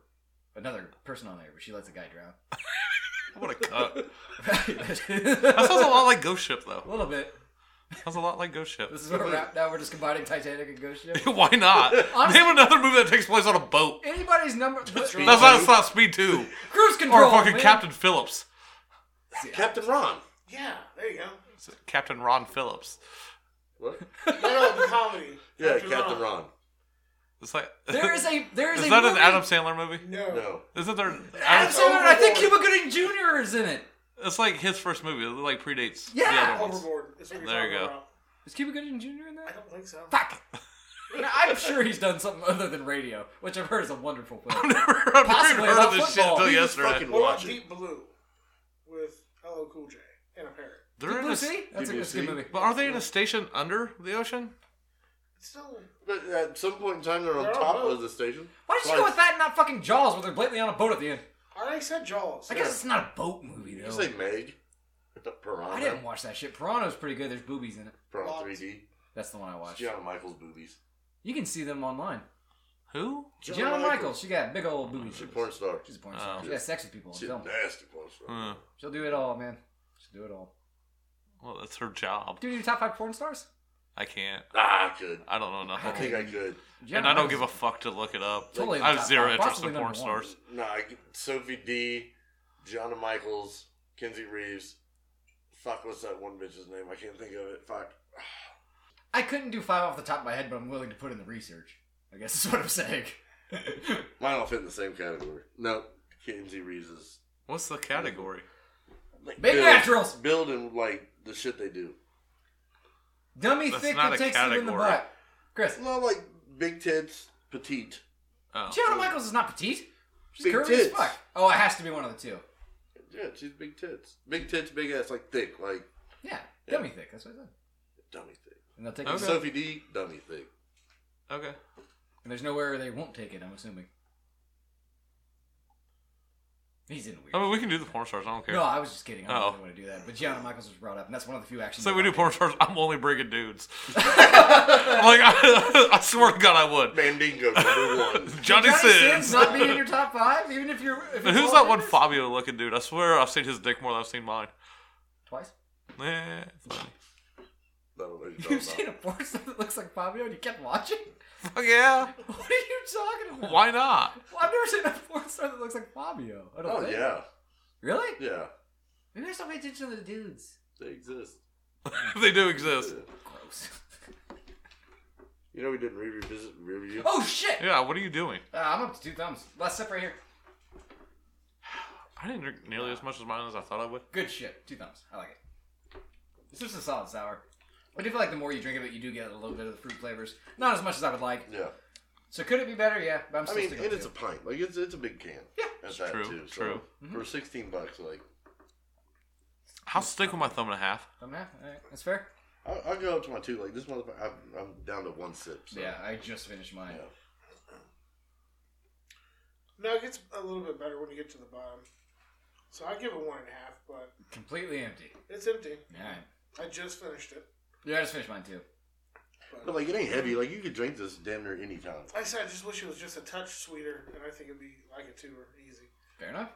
B: another person on there, but she lets a guy drown. *laughs*
C: What a cut. that sounds a
B: a
C: lot like Ghost Ship, though.
B: little bit.
C: Sounds a lot like Ghost Ship.
B: This is what we're at now. We're just combining Titanic and Ghost Ship.
C: *laughs* Why not?
B: Honestly-
C: Name another movie that takes place on a boat.
B: Anybody's number. That's
C: That's not, that's not Speed 2.
B: cruise control.
C: Or fucking
B: oh, man.
C: Captain *laughs* Phillips.
E: Captain Ron.
D: Yeah, there you go.
C: Is it Captain Ron Phillips.
B: *laughs*
E: What?
D: No, no, the comedy.
E: *laughs* Yeah,
D: After
E: Captain
D: all.
E: Ron.
C: It's like. *laughs*
B: There is a. There is,
C: Is
B: a.
C: that an
B: movie-
C: Adam Sandler movie?
D: No.
E: No.
C: Isn't there?
B: Adam
C: Adam,
B: Sandler, and I think Cuba Gooding Jr. is in it.
C: it's like his first movie. It like predates. the
B: Yeah.
C: other ones.
D: Overboard. Is what you're
C: There you
D: talking
C: go.
D: about.
B: Is Cuba Gooding Jr. in
D: I
B: that?
D: don't think so.
B: Fuck. Now, I'm sure he's done something other than radio, which I've heard is a wonderful
C: *laughs* I've
B: film.
C: never heard
B: Possibly
C: heard
B: about
C: of this shit
B: football.
C: until
B: He
E: just
C: yesterday.
E: fucking-
D: What about
E: Watch it.
D: Deep Blue with LL Cool J and a parrot?
C: They're in
B: Blue
C: a-
B: Sea? That's a,
E: Blue
B: that's a good
E: Sea?
B: movie.
C: But are they in a station under the ocean?
D: It's still
E: But at some point in time, they're on
D: They're on
E: top
D: boat.
E: of the station.
B: Why did you go with that and not fucking Jaws, where they're blatantly on a boat at the end?
D: I already said Jaws.
B: I guess it's not a boat movie,
E: You
B: though.
E: say Meg? *laughs* Piranha.
B: I didn't watch that shit. Piranha's pretty good. There's boobies in it.
E: Piranha
D: Locked.
E: 3D.
B: That's the one I watched.
E: Gianna Michaels boobies.
B: You can see them online.
C: Who?
E: Gianna
B: Jenna
E: Michaels.
B: Michaels, she got big old boobies.
E: She's a porn star.
B: She's a porn
C: Oh.
B: star. She got sex with people on
E: She's a
B: film.
E: nasty porn star.
C: Hmm.
B: She'll do it all, man. She'll do it all.
C: Well, that's her job.
B: Do you do top five porn stars?
C: I can't.
E: Ah, I could.
C: I don't know
E: I
C: nothing.
E: think I could.
B: Jenna
C: And I don't
B: Michaels-
C: give a fuck to look it up.
B: Totally
C: I have
B: not-
C: zero
B: not
C: interest
B: possibly
C: in porn
B: number one.
C: stars.
E: Nah, I could. Sophie D, Gianna Michaels, Kenzie Reeves, Fuck, what's that one bitch's name? I can't think of it. Fuck.
B: I couldn't do five off the top of my head, but I'm willing to put in the research. I guess is what I'm saying. *laughs*
E: Mine all fit in the same category. No, Kinsey Reeves is
C: What's the category?
E: like
B: Big naturals.
E: building like the shit they do.
B: Dummy
C: That's
B: thick
C: not
B: and
C: a
B: takes you in the
C: category.
B: butt. Chris,
E: No, like big tits, petite.
C: Oh.
B: Gianna Michaels is not petite. She's
E: Big
B: curvy as
E: tits.
B: fuck. Oh, it has to be one of the two.
E: Yeah, she's big tits, big tits, big ass, like thick, like
B: Yeah, dummy thick. That's what I said.
E: dummy thick.
B: And they'll take
C: Okay.
B: it.
E: Sophie D, dummy thick.
C: Okay.
B: And there's nowhere they won't take it. I'm assuming. He's in weird.
C: I mean, we can do the porn stars. I don't care.
B: No, I was just kidding. I don't
C: Oh.
B: really want to do that. But Gianna Michaels was brought up, and that's one of the few actions.
C: So
B: that
C: we do
B: I
C: porn stars. I'm only
B: *laughs*
C: bringing dudes. *laughs* like *laughs* I, I swear to God, I would.
E: Mandingo *laughs* number one.
C: Johnny,
B: Johnny
C: Sins.
B: Sins not being in your top five, even if you're. If
C: And
B: it's
C: Who's
B: all
C: that one
B: genders?
C: Fabio looking dude? I swear I've seen his dick more than I've seen mine.
B: Twice.
C: Eh.
E: I don't know what you're
B: *laughs* You've
E: talking
B: seen
E: about.
B: a porn star that looks like Fabio, and you kept watching. *laughs*
C: Fuck yeah.
B: What are you talking about?
C: Why not? *laughs*
B: Well, I've never seen a porn star that looks like Fabio. I don't
E: Oh
B: think.
E: yeah,
B: Really?
E: yeah,
B: Maybe I just don't pay attention to the dudes.
E: they exist.
C: they do exist.
B: Gross.
E: You know we didn't re-revisit and review.
B: *laughs* oh shit!
C: Yeah. What are you doing?
B: Uh, I'm up to two thumbs. Last step right here.
C: I didn't drink nearly as much as mine as I thought I would.
B: Good shit. Two thumbs. I like it. It's just a solid sour. I do feel like the more you drink of it, you do get a little bit of the fruit flavors. Not as much as I would like.
E: Yeah,
B: So could it be better? Yeah, but I'm
E: I
B: still
E: mean,
B: sticking
E: and
B: with
E: it's a
B: two.
E: pint. Like it's it's a big can. Yeah, at that
C: true,
E: too. So
C: true.
B: Mm-hmm.
E: For sixteen bucks, like
C: I'll stick with my thumb and a half.
B: Thumb and a half? All right, that's fair.
E: I'll, I'll go up to my two. Like this motherfucker, I'm, I'm down to one sip. So.
B: Yeah, I just finished mine.
E: Yeah.
D: No, it gets a little bit better when you get to the bottom. So I give it one and a half, but
B: Completely empty.
D: it's empty.
B: All right.
D: I just finished it.
B: Yeah, I just finished mine too.
E: But like it ain't heavy. Like you could drink this damn near any time.
D: Like I said I just wish it was just a touch sweeter, and I think it'd be like a two or easy.
B: Fair enough.